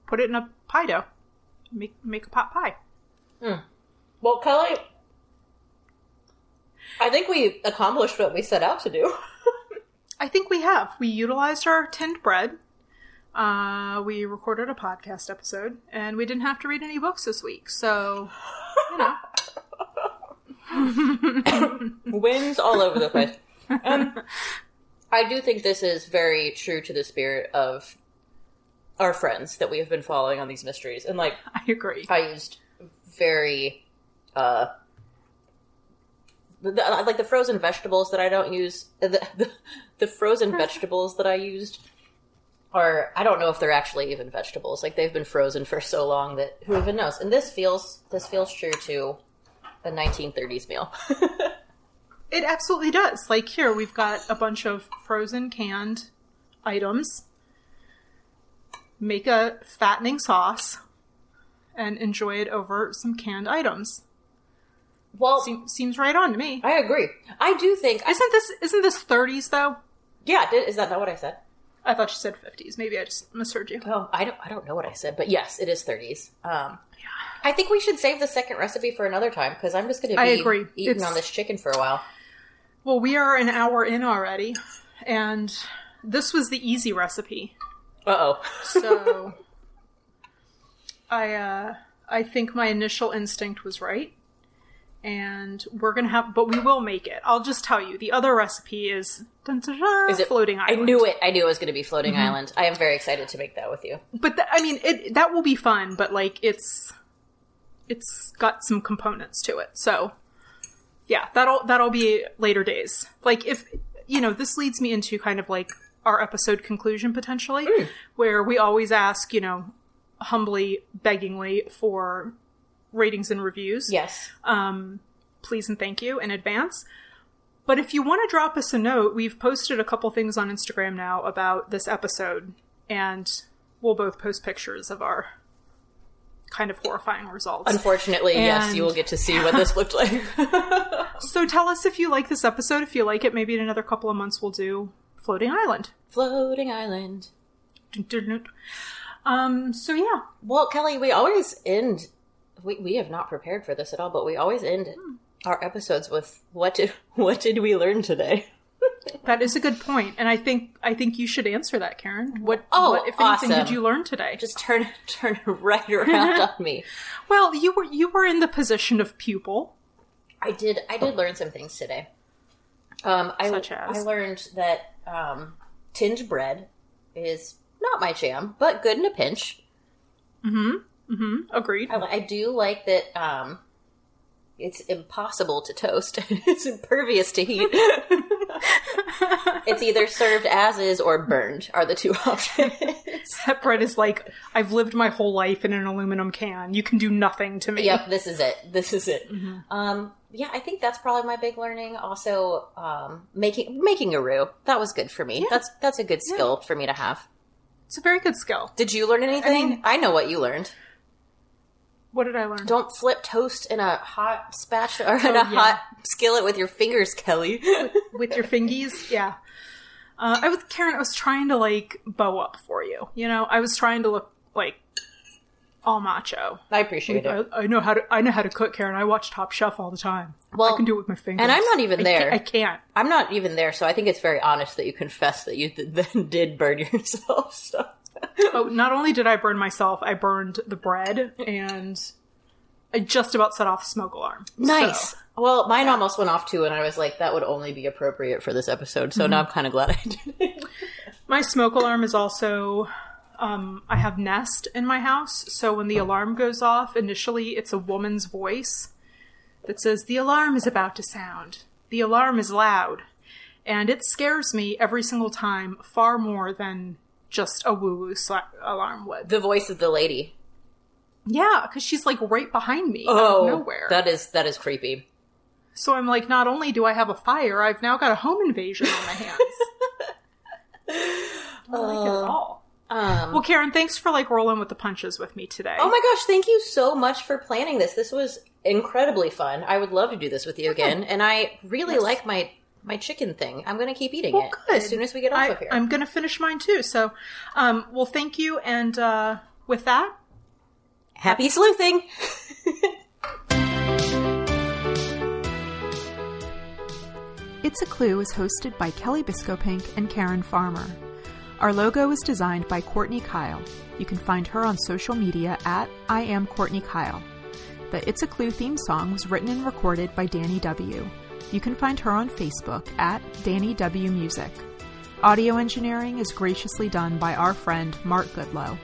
[SPEAKER 2] put it in a pie dough, make make a pot pie.
[SPEAKER 3] Well, Kelly, I think we accomplished what we set out to do.
[SPEAKER 2] I think we have. We utilized our tinned bread. Uh, we recorded a podcast episode, and we didn't have to read any books this week, so you know.
[SPEAKER 3] Wins all over the place. Um, I do think this is very true to the spirit of our friends that we have been following on these mysteries, and like
[SPEAKER 2] I agree.
[SPEAKER 3] I used very uh the, I like the frozen vegetables that I don't use the, the, the frozen vegetables that I used are I don't know if they're actually even vegetables like they've been frozen for so long that who even knows and this feels this feels true to a 1930s meal
[SPEAKER 2] It absolutely does. Like here, we've got a bunch of frozen canned items. Make a fattening sauce and enjoy it over some canned items.
[SPEAKER 3] well
[SPEAKER 2] Seem, seems right on to me.
[SPEAKER 3] I agree I do think I,
[SPEAKER 2] Isn't this isn't this 30s though?
[SPEAKER 3] yeah did, is that not what I said
[SPEAKER 2] I thought you said 50s. Maybe I just misheard you.
[SPEAKER 3] Oh, I don't I don't know what I said, but yes, it is 30s. Um, I think we should save the second recipe for another time because I'm just going to be
[SPEAKER 2] I agree.
[SPEAKER 3] eating
[SPEAKER 2] It's-
[SPEAKER 3] on this chicken for a while.
[SPEAKER 2] Well, we are an hour in already, and this was the easy recipe.
[SPEAKER 3] Uh oh.
[SPEAKER 2] So I uh I think my initial instinct was right. And we're gonna have but we will make it. I'll just tell you. The other recipe is dun, dun, dun,
[SPEAKER 3] Is it-
[SPEAKER 2] floating
[SPEAKER 3] I
[SPEAKER 2] island.
[SPEAKER 3] knew it. I knew it was going to be floating island. I am very excited to make that with you.
[SPEAKER 2] But th- I mean it that will be fun, but like it's it's got some components to it. So yeah, that'll that'll be later days. Like if you know, this leads me into kind of like our episode conclusion potentially, where we always ask, you know, humbly, beggingly for ratings and reviews.
[SPEAKER 3] Yes.
[SPEAKER 2] Um, please and thank you in advance. But if you want to drop us a note, we've posted a couple things on Instagram now about this episode, and we'll both post pictures of our kind of horrifying results.
[SPEAKER 3] Unfortunately, yes, you will get to see what this looked like.
[SPEAKER 2] so tell us if you like this episode. If you like it, maybe in another couple of months we'll do Floating Island.
[SPEAKER 3] Floating Island.
[SPEAKER 2] Um, so yeah.
[SPEAKER 3] Well, Kelly, we always end. We, we have not prepared for this at all, but we always end our episodes with what did what did we learn today?
[SPEAKER 2] That is a good point, and I think I think you should answer that, Karen. What,
[SPEAKER 3] Oh,
[SPEAKER 2] what if anything,
[SPEAKER 3] awesome.
[SPEAKER 2] did you learn today?
[SPEAKER 3] Just turn turn right around on me.
[SPEAKER 2] well, you were you were in the position of pupil.
[SPEAKER 3] I did. I did learn some things today. Um, I
[SPEAKER 2] Such as?
[SPEAKER 3] I learned that um, tinned bread is not my jam, but good in a pinch.
[SPEAKER 2] Hmm, agreed.
[SPEAKER 3] I, I do like that. Um, it's impossible to toast. it's impervious to heat. it's either served as is or burned are the two options.
[SPEAKER 2] That bread is like I've lived my whole life in an aluminum can. You can do nothing to me.
[SPEAKER 3] yep, this is it. This is it.
[SPEAKER 2] Mm-hmm.
[SPEAKER 3] Um, yeah, I think that's probably my big learning. Also, um, making making a roux that was good for me. That's that's a good skill for me to have.
[SPEAKER 2] It's a very good skill.
[SPEAKER 3] Did you learn anything? I,
[SPEAKER 2] mean-
[SPEAKER 3] know what you learned.
[SPEAKER 2] What did I learn?
[SPEAKER 3] Don't flip toast in a hot spatula or in a
[SPEAKER 2] Oh, yeah.
[SPEAKER 3] hot skillet with your fingers, Kelly.
[SPEAKER 2] With your fingies? Yeah. Uh, I was Karen. I was trying to like bow up for you. You know, I was trying to look like all macho.
[SPEAKER 3] I appreciate it.
[SPEAKER 2] I, I know how to. I know how to cook, Karen. I watch Top Chef all the time.
[SPEAKER 3] Well,
[SPEAKER 2] I can do it with my fingers.
[SPEAKER 3] and I'm not even
[SPEAKER 2] I
[SPEAKER 3] there.
[SPEAKER 2] Can't, I can't.
[SPEAKER 3] I'm not even there, so I think it's very honest that you confess that you th- then did burn yourself. So.
[SPEAKER 2] Oh, not only did I burn myself, I burned the bread, and I just about set off a smoke alarm. So-
[SPEAKER 3] Well, mine almost went off too, and I was like, that would only be appropriate for this episode.
[SPEAKER 2] Mm-hmm.
[SPEAKER 3] So now I'm kind of glad I did. it.
[SPEAKER 2] My smoke alarm is also. Um, I have Nest in my house, so when the alarm goes off, initially it's a woman's voice that says, The alarm is about to sound. The alarm is loud. And it scares me every single time, far more than just a woo woo sla- alarm would.
[SPEAKER 3] The voice of the lady.
[SPEAKER 2] Yeah, because she's like right behind me out of nowhere.
[SPEAKER 3] Oh, that is that is creepy.
[SPEAKER 2] So I'm like, not only do I have a fire, I've now got a home invasion on my hands. I don't like it at all.
[SPEAKER 3] Um,
[SPEAKER 2] Well, Karen, thanks for like rolling with the punches with me today.
[SPEAKER 3] oh my gosh! Thank you so much for planning this. This was incredibly fun. I would love to do this with you again, and I really like my my chicken thing. I'm going to keep eating
[SPEAKER 2] Well,
[SPEAKER 3] it
[SPEAKER 2] good.
[SPEAKER 3] as soon as we get off
[SPEAKER 2] I,
[SPEAKER 3] of here.
[SPEAKER 2] I'm gonna finish mine too. So, um, well, thank you, and uh, with that,
[SPEAKER 3] Happy sleuthing.
[SPEAKER 6] It's a Clue is hosted by Kelly Biscopink and Karen Farmer. Our logo is designed by Courtney Kyle. You can find her on social media at I am Courtney Kyle. The It's a Clue theme song was written and recorded by Danny W. You can find her on Facebook at Danny W Music. Audio engineering is graciously done by our friend Mark Goodlow.